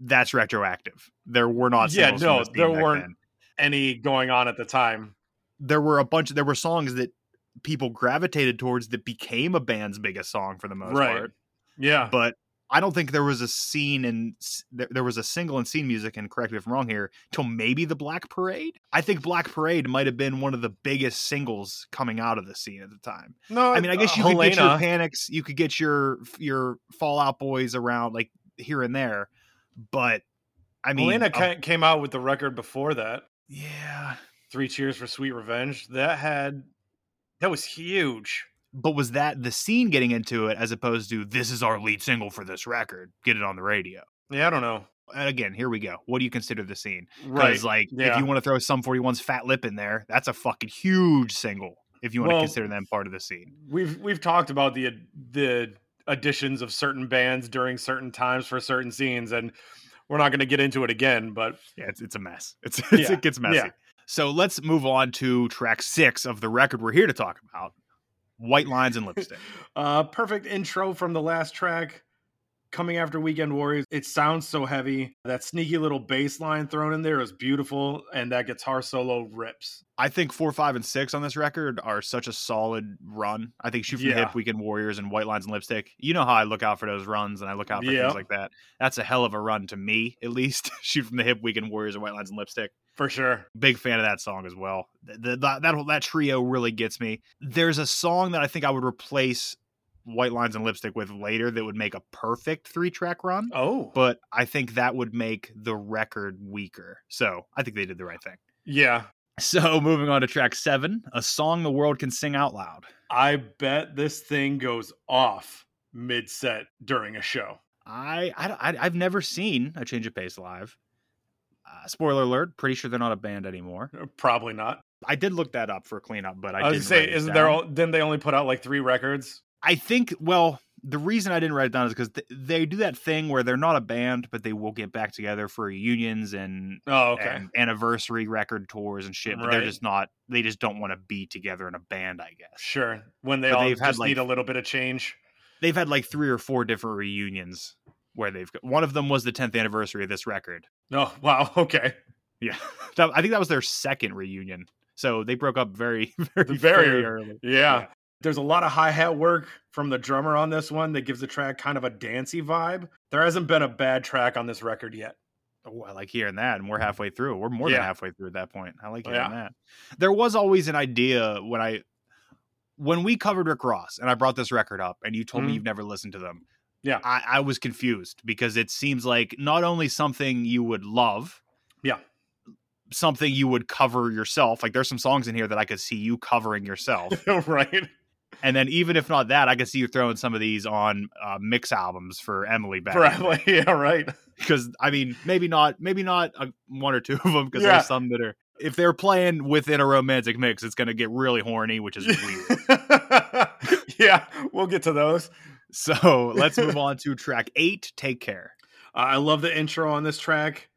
that's retroactive. There were not.
Yeah,
Singles
no,
from the scene
there
back
weren't.
then.
Any going on at the time?
There were a bunch. There were songs that people gravitated towards that became a band's biggest song for the most
Right.
part.
Yeah.
But I don't think there was a scene in s- there there was a single in scene music, and correct me if I'm wrong here, till maybe the Black Parade. I think Black Parade might have been one of the biggest singles coming out of the scene at the time.
no,
I mean, I guess you
uh,
could get your
Helena.
panics, you could get your your Fallout Boys around like here and there, but I mean,
Helena
uh,
ca- came out with the record before that.
yeah.
Three Cheers for Sweet Revenge. That had that was huge.
But was that the scene getting into it as opposed to this is our lead single for this record? Get it on the radio.
Yeah, I don't know.
And again, here we go. What do you consider the scene?
Right.
Because like,
yeah.
if you want to throw some 41's Fat Lip in there, that's a fucking huge single. If you want
Well-
to consider them part of the scene,
we've we've talked about the the additions of certain bands during certain times for certain scenes and we're not going to get into it again but
yeah, it's, it's a mess. [laughs] It's, it's
Yeah,
it gets messy.
yeah.
So let's move on to track six of the record we're here to talk about: White Lines and Lipstick. [laughs]
uh perfect intro from the last track coming after weekend warriors it sounds so heavy that sneaky little bass line thrown in there is beautiful and that guitar solo rips
I think four, five, and six on this record are such a solid run. I think Shoot from the
Yeah.
Hip, Weekend Warriors, and White Lines and Lipstick. You know how I look out for those runs and I look out for
Yeah.
things like that. That's a hell of a run to me, at least. [laughs] Shoot from the Hip, Weekend Warriors, and White Lines and Lipstick.
for sure
Big fan of that song as well. Th- th- that, that, whole- that trio really gets me. There's a song that I think I would replace White Lines and Lipstick with later that would make a perfect three track run,
oh
but I think that would make the record weaker. So I think they did the right thing.
yeah
[laughs] So moving on to track seven, a song the world can sing out loud.
i bet this thing goes off mid-set during a show
I, I, I have never seen a change of pace live. Uh, spoiler alert: pretty sure they're not a band anymore.
probably not
I did look that up for a cleanup, but I,
i, was
didn't
was say
write it
isn't there
down.
all, didn't they only put out like three records
I think well, the reason I didn't write it down is because th- they do that thing where they're not a band, but they will get back together for reunions and.
Oh, okay.
and anniversary record tours and shit, but they're
Right.
just not. They just don't want to be together in a band, I guess.
sure. When they
But
all
they've
just
had, like-
need a little bit of change.
they've had like three or four different reunions where they've got, one of them was the 10th anniversary of this record
Oh, [laughs] wow. Okay.
yeah [laughs] That- i think that was their second reunion so they broke up very [laughs]
very-
very very early
Yeah. There's a lot of hi hat work from the drummer on this one that gives the track kind of a dancey vibe. There hasn't been a bad track on this record yet.
oh, i like hearing that and we're halfway through we're more than
Mm-hmm. Yeah.
halfway through at that point i like hearing
Yeah.
that there was always an idea when i when we covered rick ross and i brought this record up and you told me
Mhm.
you've never listened to them
Yeah.
I, I was confused because it seems like not only something you would love
Yeah.
something you would cover yourself. Like there's some songs in here that I could see you covering yourself.
[laughs] [laughs] right.
and then even if not that, I could see you throwing some of these on uh, mix albums for Emily back.
Probably. [laughs] Yeah, right.
Because I mean, maybe not, maybe not uh, one or two of them. Because
Yeah.
there's some that are if they're playing within a romantic mix, it's gonna get really horny, which is weird. [laughs]
yeah. We'll get to those.
So let's move on to track eight. Take care.
I love the intro on this track.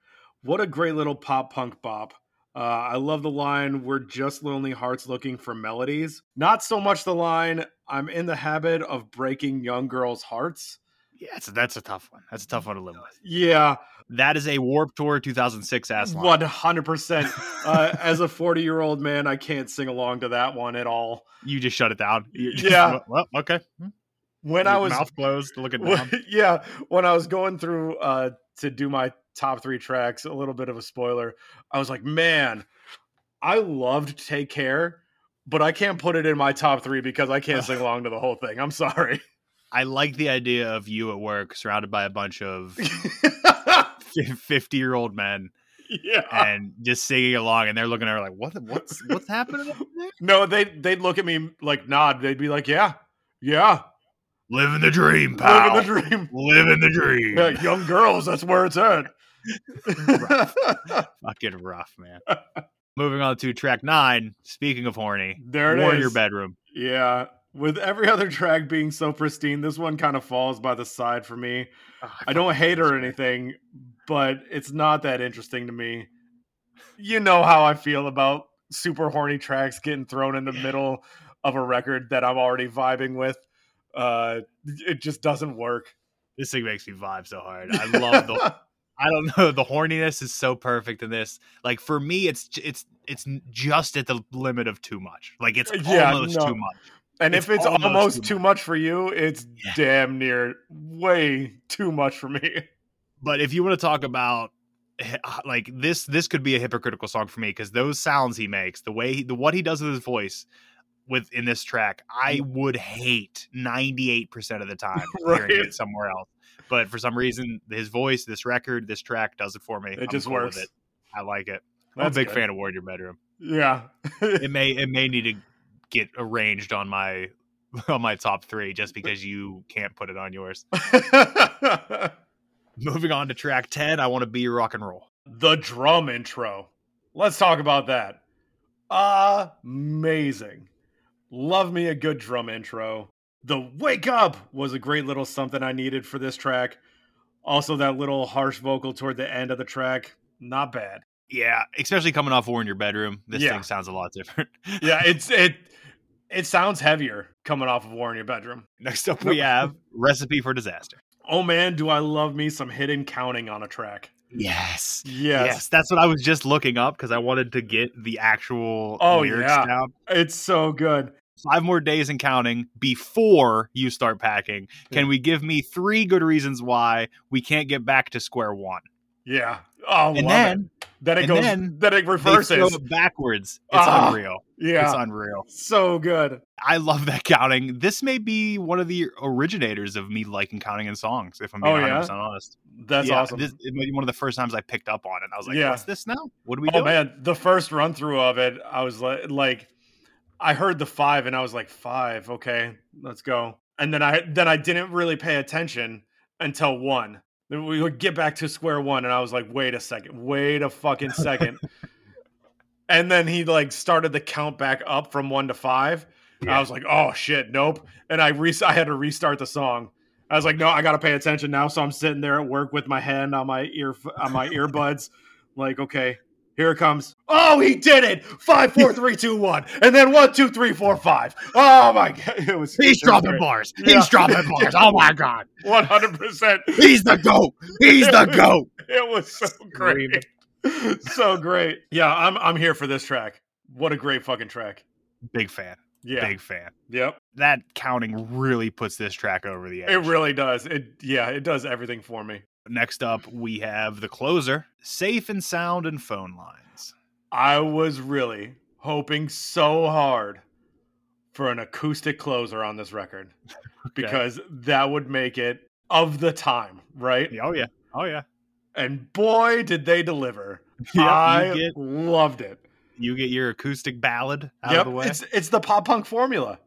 What a great little pop punk bop. Uh, I love the line, we're just lonely hearts looking for melodies. Not so much the line, I'm in the habit of breaking young girls' hearts.
Yeah, that's, that's a tough one. That's a tough one to live with.
Yeah,
That is a Warp Tour 2006 ass line. [laughs]
100%. uh, as a 40 year old man, I can't sing along to that one at all.
You just shut it down. You-
Yeah.
[laughs] well, okay.
When I
Your
was
mouth closed,
[laughs]
looking
Well,
down.
yeah, when I was going through uh to do my top three tracks, a little bit of a spoiler, I was like, man, I loved Take Care, but I can't put it in my top three because I can't [laughs] sing along to the whole thing. I'm [laughs] sorry.
I like the idea of you at work surrounded by a bunch [laughs] of 50 year old men
yeah.
and just singing along and they're looking at her like what what's what's happening up there?
No, they they'd look at me like nod. They'd be like, Yeah, yeah.
living the dream pal
Living the dream.
living the dream
Yeah, young girls, that's where it's [laughs] at.
fucking rough man moving on to track 9 speaking of horny
[laughs] there it is.
Warrior bedroom
Yeah. With every other track being so pristine, this one kind of falls by the side for me.
Oh,
I don't hate her or anything, but it's not that interesting to me. You know how I feel about super horny tracks getting thrown in the middle of a record that I'm already vibing with. Uh, it just doesn't work.
this thing makes me vibe so hard I love the I don't know. The horniness is so perfect in this. Like for me, it's j- it's it's n- just at the limit of too much. Like it's
Yeah,
almost
no.
too
[laughs]
much.
And
It's
if it's
almost
almost,
too
too much for you, it's
Yeah.
damn near way too much for me.
But if you want to talk about eh, like this, this could be a hypocritical song for me because those sounds he makes, the way he, the what he does with his voice with in this track, I
Mm.
would hate ninety eight percent of
[laughs]
the time hearing
Right.
it somewhere else. But for some reason, his voice, this record, this track does it for me.
It
I'm
just
cool with
works.
it. I like it. I'm
That's
a big
good.
fan of
[laughs]
Warrior Bedroom.
Yeah.
it may it may need to get arranged on my [laughs] on my top three just because you can't put it on yours.
[laughs]
Moving on to track ten, I want to be rock and roll.
the drum intro. Let's talk about that. Amazing. Love me a good drum intro. The wake up was a great little something I needed for this track. Also, that little harsh vocal toward the end of the track, not bad.
Yeah, especially coming off "War in Your Bedroom," this
Yeah.
thing sounds a lot different. [laughs]
Yeah, it's it it sounds heavier coming off of War in Your Bedroom.
Next up, we have "Recipe for Disaster."
Oh man, do I love me some hidden counting on a track.
Yes. Yes.
Yes.
that's what I was just looking up because I wanted to get the actual
Oh,
lyrics
yeah.
down.
It's so good.
Five more days and counting before you start packing.
Hmm.
Can we give me three good reasons why we can't get back to square one?
Yeah. Oh, love
And
it.
then
then it
and
goes
then
then, it
they throw
reverses.
it backwards. It's
Ah,
unreal.
Yeah.
It's unreal.
so good.
I love that counting. This may be one of the originators of me liking counting in songs, if I'm being
Oh, yeah?
100% honest.
That's
Yeah,
awesome.
This, it might be one of the first times I picked up on it. I was like,
Yeah.
what's this now? What do we
oh
do?
man, the first run through of it, I was like, like, I heard the five, and I was like, five, okay, let's go. And then I then I didn't really pay attention until one. Then we would get back to square one, and I was like, wait a second, wait a fucking
[laughs]
second. and then he like started the count back up from one to five. And I was like, oh shit, nope. And I re- I had to restart the song. I was like, no, I gotta pay attention now. So I'm sitting there at work with my hand on my ear on my earbuds, [laughs] like, okay, here it comes. Oh, he did it! Five, four, three, two, one, and then one, two, three, four, five. Oh my god, [laughs] it was.
He's dropping bars. He's
Yeah.
dropping bars. Oh my God.
One hundred percent.
He's the GOAT. He's the GOAT.
It was so
Screaming.
[laughs] great. so great. Yeah, I'm I'm here for this track. What a great fucking track.
Big fan.
Yeah.
Big fan.
Yep.
That counting really puts this track over the edge.
It really does. It yeah, it does everything for me.
Next up, we have the closer, Safe and Sound and Phone Lines.
I was really hoping so hard for an acoustic closer on this
[laughs]
record because that would make it of the time, right?
Yeah, Oh yeah. Oh [laughs] yeah.
And boy, did they
[laughs]
deliver.
Yeah, you
I
get-
loved it.
You get your acoustic ballad out of
Yep,
the way.
it's it's the pop punk formula.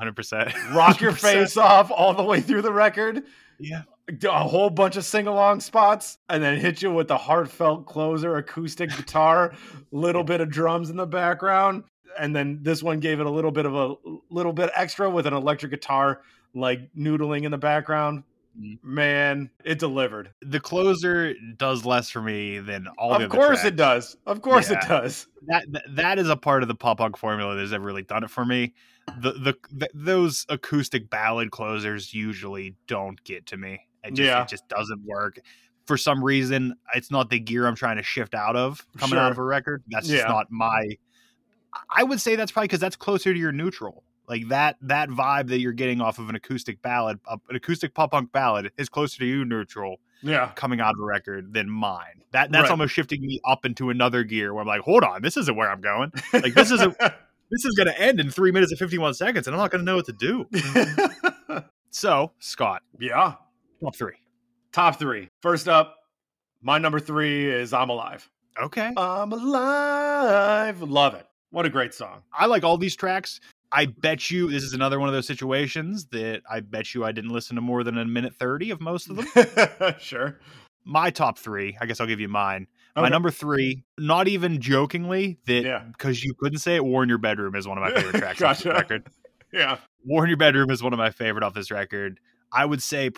100%.
Rock
[laughs]
your
100%.
face off all the way through the record.
Yeah.
do a whole bunch of sing along spots and then hit you with a heartfelt closer, acoustic
[laughs]
guitar, little bit of drums in the background. And then this one gave it a little bit of a little bit extra with an electric guitar, like noodling in the background.
Mhm.
Man, it delivered.
The closer does less for me than all the
of course it does. Of course
Yeah.
it does.
That, that that is a part of the pop punk formula that's ever really done it for me. The the th- those acoustic ballad closers usually don't get to me. It just
Yeah.
it just doesn't work. For some reason, it's not the gear I'm trying to shift out of coming out
Sure.
of a record. That's just
Yeah.
not my I would say that's probably because that's closer to your neutral. Like that that vibe that you're getting off of an acoustic ballad, uh, an acoustic pop punk ballad, is closer to you neutral
Yeah.
coming out of a record than mine. That that's
Right.
almost shifting me up into another gear where I'm like, hold on, this isn't where I'm going. [laughs] Like this isn't this is gonna end in three minutes and fifty one seconds, and I'm not gonna know what to do. So Scott,
[laughs] yeah.
top three.
Top three. First up, my number three is I'm Alive.
Okay,
I'm Alive. Love it. What a great song. [laughs]
I like all these tracks. I bet you this is another one of those situations that I bet you I didn't listen to more than a minute thirty of most [laughs] of them.
sure.
my top three. I guess I'll give you mine. My
Okay.
number three, not even jokingly, that
Yeah.
because you couldn't say it, War in Your Bedroom is one of my favorite tracks off [laughs] this
Gotcha.
record.
Yeah.
War in Your Bedroom is one of my favorite off this record. I would say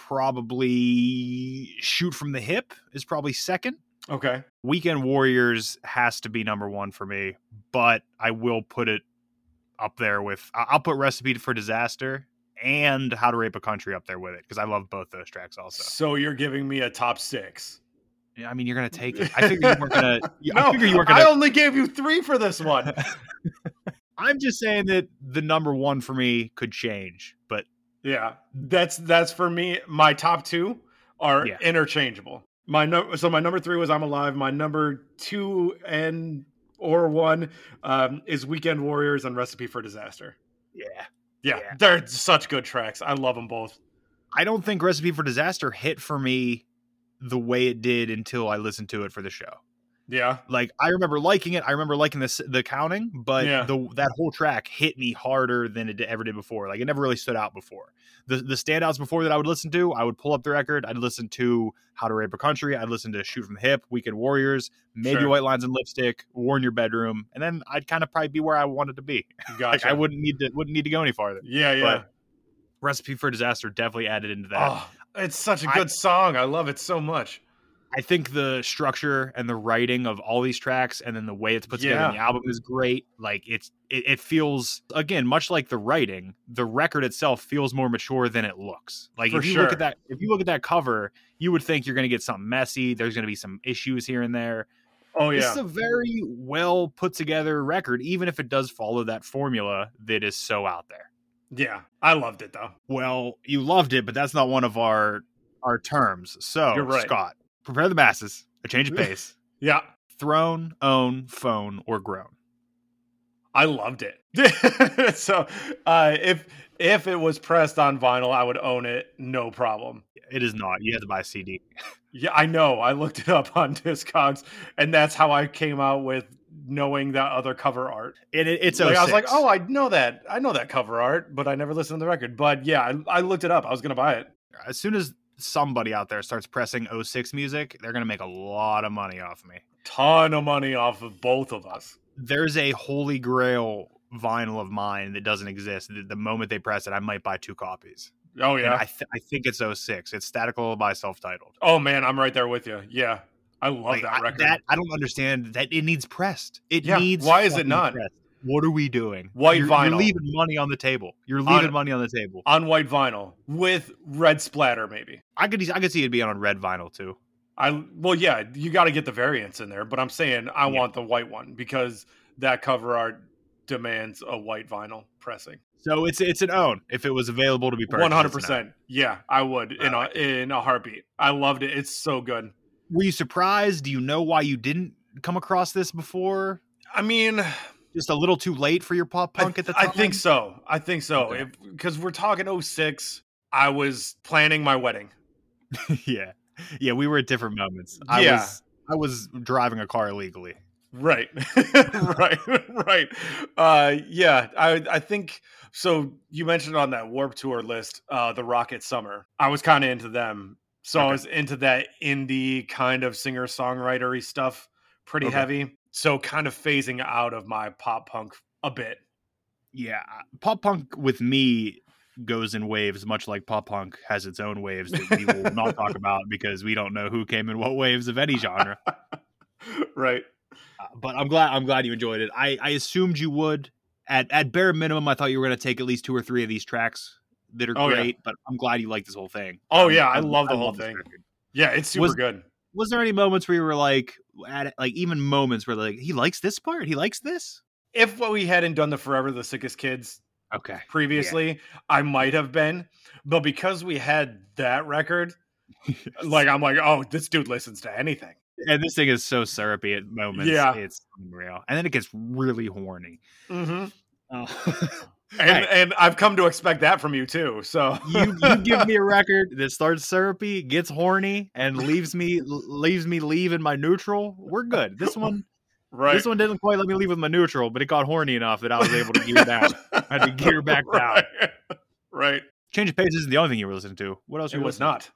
probably Shoot from the Hip is probably second.
Okay.
Weekend Warriors has to be number one for me, but I will put it up there with I- I'll put Recipe for Disaster and How to Rape a Country up there with it because I love both those tracks also.
So you're giving me a top six.
I mean, you're gonna take it. I figure you weren't [laughs] gonna.
no,
I figure you weren't gonna.
I only gave you three for this
[laughs]
one.
I'm just saying that the number one for me could change, but
Yeah, that's that's for me. My top two are
Yeah.
interchangeable. My number, so my number three was I'm Alive. My number two and or one um, is Weekend Warriors and Recipe for Disaster.
yeah,
Yeah,
Yeah.
they're such good tracks. I love them both.
I don't think Recipe for Disaster hit for me the way it did until I listened to it for the show.
Yeah,
Like I remember liking it. I remember liking the s- the counting, but
Yeah.
the that whole track hit me harder than it ever did before. Like it never really stood out before. The the standouts before that I would listen to, I would pull up the record. I'd listen to How to Rape a Country. I'd listen to Shoot from the Hip, Weekend Warriors, maybe
Sure.
White Lines and Lipstick, War in Your Bedroom, and then I'd kind of probably be where I wanted to be. Like
gotcha.
I wouldn't need to wouldn't need to go any farther.
Yeah, yeah.
Recipe for Disaster definitely added into that.
Oh, it's such a
I-
good song. I love it so much.
I think the structure and the writing of all these tracks, and then the way it's put together in the album is great. Like it's, it, it feels again much like the writing. The record itself feels more mature than it looks. Like
For
if you look
sure.
at that, if you look at that cover, you would think you're going to get something messy. There's going to be some issues here and there.
Oh
This
yeah,
is a very well put together record, even if it does follow that formula that is so out there.
yeah. I loved it though.
Well, you loved it, but that's not one of our our terms. So
You're right.
Scott, prepare the masses. A change [laughs] of pace
Yeah,
thrown, own, phone, or grown.
I loved it. [laughs] so uh, if if it was pressed on vinyl, I would own it, no problem.
It is not. You have to buy a CD.
Yeah, I know. I looked it up on [laughs] Discogs, and that's how I came out with knowing that other cover art.
And it, it's
like, I was
06.
like, oh, I know that. I know that cover art, but I never listened to the record. But yeah, I, I looked it up. I was gonna buy it.
as soon as somebody out there starts pressing 06 music, they're gonna make a lot of money off me.
Ton of money off of both of us.
There's a holy grail vinyl of mine that doesn't exist. The, the moment they press it, I might buy two copies.
Oh
And
yeah.
I, th- I think it's 06. It's Static Lullaby self-titled.
oh man, I'm right there with you. Yeah, I love
Like,
that
I,
record.
that I don't understand that it needs pressed. It
Yeah,
needs.
why is it
fucking
not?
pressed. What are we doing?
White
you're, You're
vinyl.
leaving money on the table. You're leaving
it.
money on the table.
on white vinyl with red splatter, maybe.
I could I could see it being on red vinyl too.
I well, yeah, you got to get the variants in there, but I'm saying I
Yeah.
want the white one because that cover art demands a white vinyl pressing.
So it's it's an own if it was available to be purchased.
One hundred
it's an own.
percent. Yeah, I would in a in a heartbeat. I loved it. It's so good.
Were you surprised? Do you know why you didn't come across this before?
I mean,
Just a little too late for your pop
I,
punk at the
I
time.
think so. I think
Okay.
so. Because we're talking 06, I was planning my wedding.
[laughs] yeah, yeah. We were at different moments. I
Yeah.
was I was driving a car illegally.
Right, [laughs]
Uh-huh.
right, right. Uh, yeah, I I think so. You mentioned on that Warp Tour list, uh, the Rocket Summer. I was kind of into them, so I
Okay.
was into that indie kind of singer songwritery stuff, pretty
Okay.
heavy. So kind of phasing out of my pop punk a bit.
Yeah, pop punk with me goes in waves, much like pop punk has its own waves that we will not [laughs] talk about because we don't know who came in what waves of any genre.
right.
Uh, but I'm glad I'm glad you enjoyed it. I, I assumed you would. At at bare minimum, I thought you were going to take at least two or three of these tracks that are
Oh, yeah.
great. But I'm glad you liked this whole thing.
Oh
I'm-
yeah, I
I'm-
love the whole
this
thing.
record.
Yeah, it's super
Was-
good.
Was there any moments where you were like, at like even moments where like he likes this part, he likes this?
If what we hadn't done the Forever the Sickest Kids
Okay,
previously, I might have been, but because we had that
[laughs]
record, like I'm like, oh, this dude listens to anything.
and this thing is so syrupy at moments.
Yeah.
it's unreal, and then it gets really horny. Oh.
And
Mm-hmm. Right.
and I've come to expect that from you too. So
you [laughs] you give me a record that starts syrupy, gets horny, and leaves me leaves me leave in my neutral. We're good. This one
[laughs] right,
this one didn't quite let me leave with my neutral, but it got horny enough that I was able to
[laughs]
gear down. I had to gear back down.
Right. [laughs] right.
Change of pace isn't the only thing you were listening to. What else?
It
were you
was
listening
not.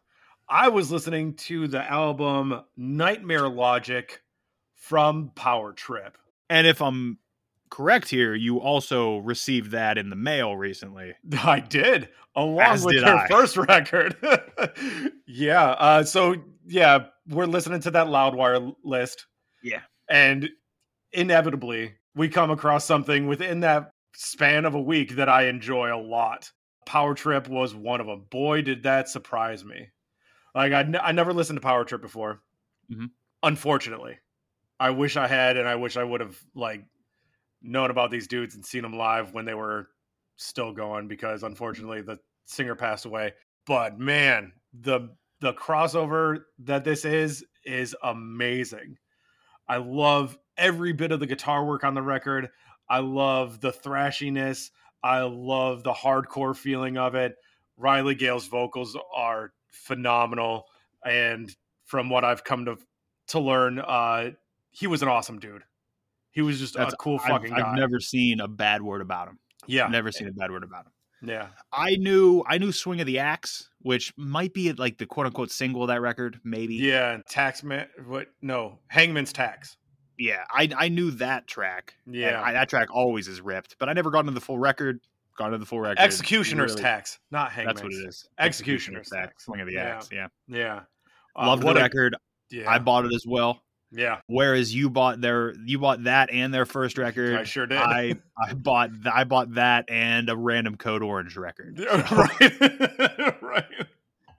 I was listening to the album Nightmare Logic from Power Trip.
to? And if I'm correct here, you also received that in the mail recently.
[laughs] I did, along
As
with
did
their
I.
first [laughs] record. yeah. Uh, so yeah, we're listening to that Loudwire list.
Yeah.
and inevitably we come across something within that span of a week that I enjoy a lot. Power Trip was one of them. Boy, did that surprise me! Like I, n- I never listened to Power Trip before.
Mhm.
Unfortunately, I wish I had, and I wish I would have like known about these dudes and seen them live when they were still going. Because unfortunately, the singer passed away. But man, the the crossover that this is is amazing. I love every bit of the guitar work on the record. I love the thrashiness. I love the hardcore feeling of it. Riley Gale's vocals are phenomenal, and from what I've come to to learn, uh, he was an awesome dude. He was just
That's-
a cool
I've,
Oh, fucking guy.
I've never seen a bad word about him.
yeah,
Never seen a bad word about him.
yeah,
I knew I knew Swing of the Axe, which might be like the quote unquote single of that record, maybe.
yeah. and Tax man, what? No, Hangman's Tax.
Yeah, I I knew that track.
Yeah.
And I- that track always is ripped, but I never got into the full record. Got into the full record.
Executioner's
Really-
Tax, not Hangman's.
That's what it is.
Executioner's Tax.
Swing of the
Yeah.
axe. Yeah,
Yeah, Uh,
love the
what a-
record.
yeah,
I bought it as well.
yeah.
Whereas you bought their you bought that and their first record.
I sure did.
I I bought th- I bought that and a random Code Orange record
[laughs] right, [laughs] right.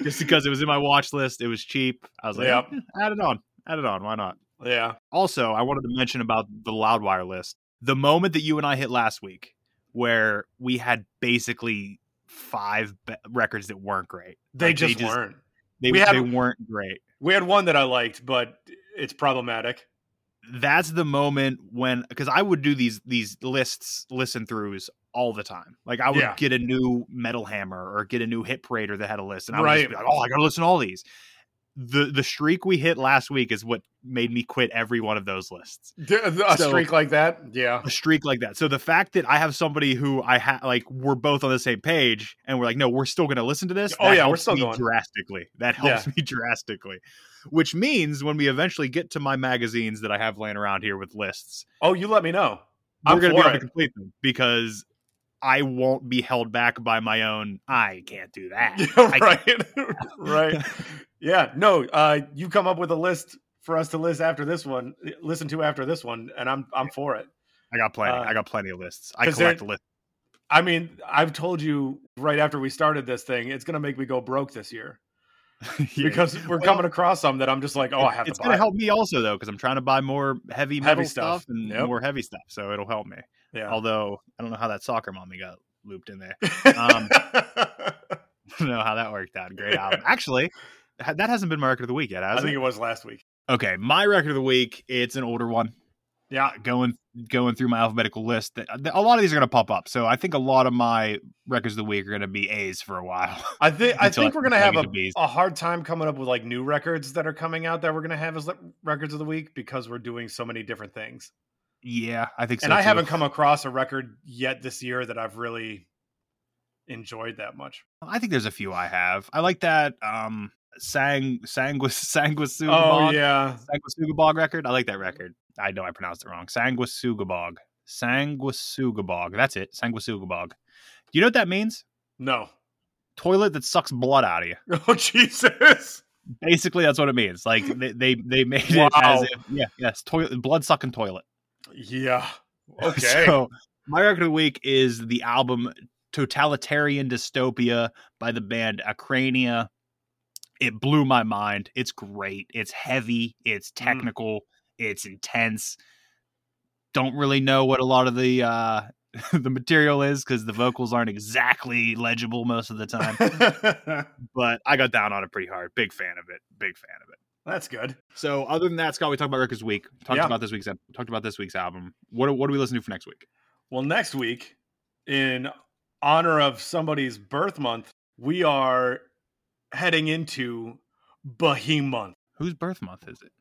just because it was in my watch list. It was cheap. I was like,
Yep.
"Eh, add it on, add it on. Why not?
Yeah.
Also, I wanted to mention about the Loudwire list. The moment that you and I hit last week, where we had basically five be- records that weren't great.
They
Like,
just weren't.
They,
We had-
they weren't great.
We had one that I liked, but it's problematic.
that's the moment when because I would do these these lists listen throughs all the time. Like I would
Yeah.
get a new Metal Hammer or get a new Hit Parader that had a list, and I would
Right.
just be like, "Oh, I gotta listen to all these." The the streak we hit last week is what made me quit every one of those lists.
D- uh, A
So-
streak like that, yeah,
A streak like that. So the fact that I have somebody who I ha like we're both on the same page, and we're like, "No, we're still gonna listen to this."
Oh,
that
yeah, we're
helps
still
me
going.
drastically. That helps [laughs] me drastically. Which means when we eventually get to my magazines that I have laying around here with lists,
Oh, you let me know.
we're
I'm
gonna be
for
able to
it.
complete them because I won't be held back by my own. I can't
[laughs]
do that.
Yeah,
Ah, I can't-
right, [laughs]
[laughs]
right. Yeah, no. Uh, you come up with a list for us to list after this one, listen to after this one, and I'm I'm for it.
I got plenty.
Uh,
I got plenty of lists. I
'cause they're-
collect lists.
I mean, I've told you right after we started this thing, it's gonna make me go broke this year [laughs]
Yeah.
because we're
Well,
coming across some that I'm just like, oh, I have
it's
to
gonna
buy. it.
help me also though because I'm trying to buy more heavy metal
Heavy
stuff.
stuff.
and
Yep.
more heavy stuff, so it'll help me.
Yeah. [laughs]
Although I don't know how that soccer mommy got looped in there. [laughs] um, I don't know how that worked out. Great
Yeah.
album, actually. ha- That hasn't been my record of the week yet, has
I think
it?
it was last week.
Okay, my record of the week. It's an older one.
Yeah,
going going through my alphabetical list th- th- a lot of these are going to pop up so i think a lot of my records of the week are going to be a's for a while [laughs]
I think I
until I
think we're gonna
plug
have
into
a,
B's.
a hard time coming up with like new records that are coming out that we're gonna have as like, records of the week because we're doing so many different things.
yeah i think so
and I
too.
haven't come across a record yet this year that I've really enjoyed that much.
i think there's a few i have i like that um sang sanguis [laughs]
Oh
sanguisugabog
yeah,
sanguisugabog record i like that record i know i pronounced it wrong sanguisugabog sanguisugabog that's it sanguisugabog do you know what that means
no, [laughs]
toilet that sucks blood out of you
oh Jesus,
basically that's what it means like they they, they made it as
Wow.
if yeah yes toilet blood sucking toilet [laughs]
yeah, okay, [laughs]
So my record of the week is the album Totalitarian Dystopia by the band Acrania. It blew my mind. It's great. It's heavy. It's
Mm.
technical. It's intense. Don't really know what a lot of the uh [laughs] the material is because the vocals aren't exactly legible most of
[laughs]
the time. but I got down on it pretty hard. Big fan of it. Big fan of it.
that's good.
So other than that, Scott, we talked about records week. Talked
Yeah.
about this week's ep- talked about this week's album. What do- what do we listen to for next week?
Well, next week, in honor of somebody's birth month, we are heading into Bahee month.
Whose birth month is it?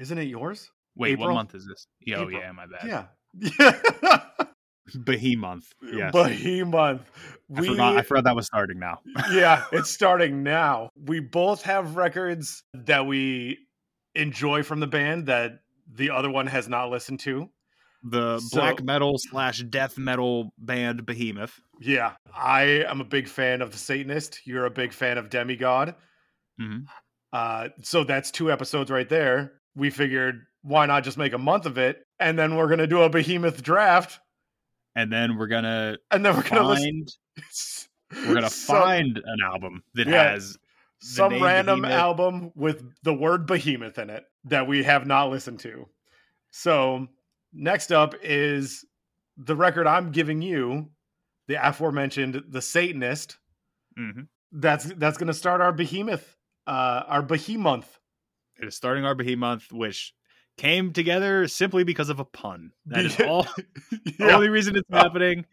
Isn't it yours?
Wait, what
April?
month is this? Yeah, Oh
April.
yeah, my bad.
Yeah. Yeah.
Bahee month. [laughs] Yes.
Bahee month. We,
I forgot I forgot that was starting now.
yeah, it's starting now. We both have records that we enjoy from the band that the other one has not listened to.
The
So-
black metal slash death metal band Behemoth.
Yeah, I am a big fan of the Satanist. You're a big fan of Demigod.
Mhm.
Uh, so that's two episodes right there. We figured why not just make a month of it, and then we're gonna do a Behemoth draft,
And then we're gonna
and then we're gonna
find
listen. [laughs]
[laughs] we're gonna
So-
find an album that
Yeah.
has
some
name
random
Behemoth.
album with the word behemoth in it that we have not listened to. So, next up is the record I'm giving you, the aforementioned The Satanist.
Mhm.
That's that's going to start our behemoth, uh, our behemoth.
It is starting our behemoth, which came together simply because of a pun. That [laughs] is
Be-
all.
[laughs]
The
Oh,
only reason it's happening.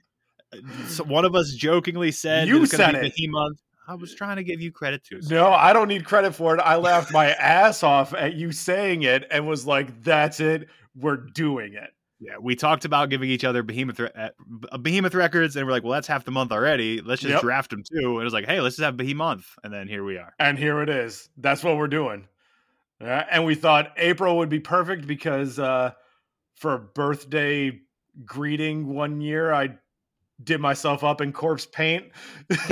So one of us jokingly said
You
it's gonna
said
be
it.
Behemoth. I was trying to give you credit too.
No, I don't need credit for it. I laughed my ass off at you saying it and was like, "That's it. We're doing it."
Yeah, we talked about giving each other Behemoth re- uh, Behemoth records, and we're like, well, that's half the month already. Let's just
Yep.
draft them too. And it was like, hey, let's just have Behemoth, and then here we are.
And here it is. That's what we're doing. Uh, and we thought April would be perfect because uh, for a birthday greeting one year, I did myself up in corpse paint. [laughs]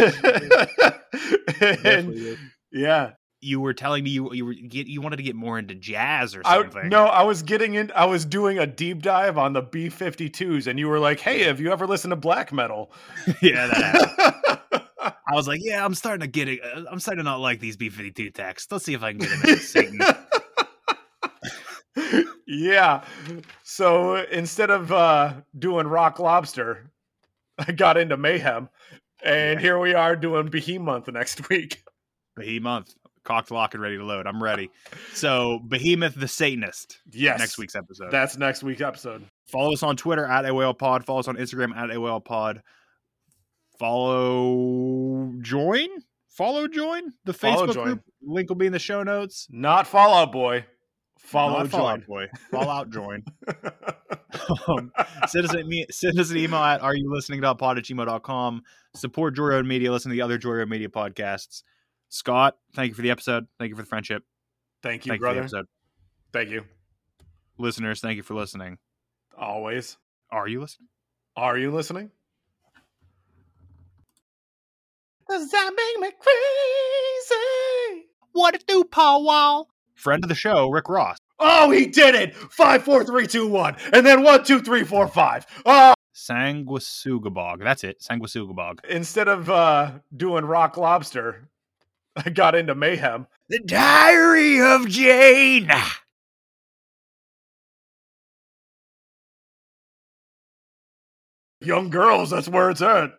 and, yeah,
You were telling me you you, were, get, you wanted to get more into jazz or
I,
something.
no, I was getting in. I was doing a deep dive on the B 52s, and you were like, "Hey, have you ever listened to black
[laughs]
metal?"
[laughs] yeah, that
[laughs]
happened. I was like, yeah, I'm starting to get it. uh, I'm starting to not like these B52 texts. Let's see if I can get into Satan.
[laughs] yeah. So instead of uh, doing Rock Lobster, I got into Mayhem, and here we are doing Behemoth next week. [laughs]
Behemoth, cocked, locked, and ready to load. I'm ready. So, Behemoth the Satanist,
Yes,
next week's episode.
That's next week's episode.
Follow us on Twitter at AOLPod. Follow us on Instagram at AOLPod. Follow, join, follow, join the
Follow,
Facebook
join.
group. Link will be in the show notes.
Not Fallout Boy. Follow
Not Fallout
John.
Boy.
[laughs]
Fallout join. um, send us an email, send us an email at are you listening pod at gmail.com. Support Joy Road Media. Listen to the other Joy Road Media podcasts. Scott, thank you for the episode. Thank you for the friendship.
Thank you,
thank you
brother.
for the episode.
Thank you.
Listeners, thank you for listening.
Always.
Are you listening?
Are you listening?
What it do, Paul Wall? Friend of the show, Rick Ross.
Oh, he did it! Five, four, three, two, one, and then one, two, three, four, five. Oh!
Sanguisugabog. That's it. Sanguisugabog.
Instead of uh, doing Rock Lobster, I got into Mayhem.
The Diary of Jane.
Young girls, that's where it's at.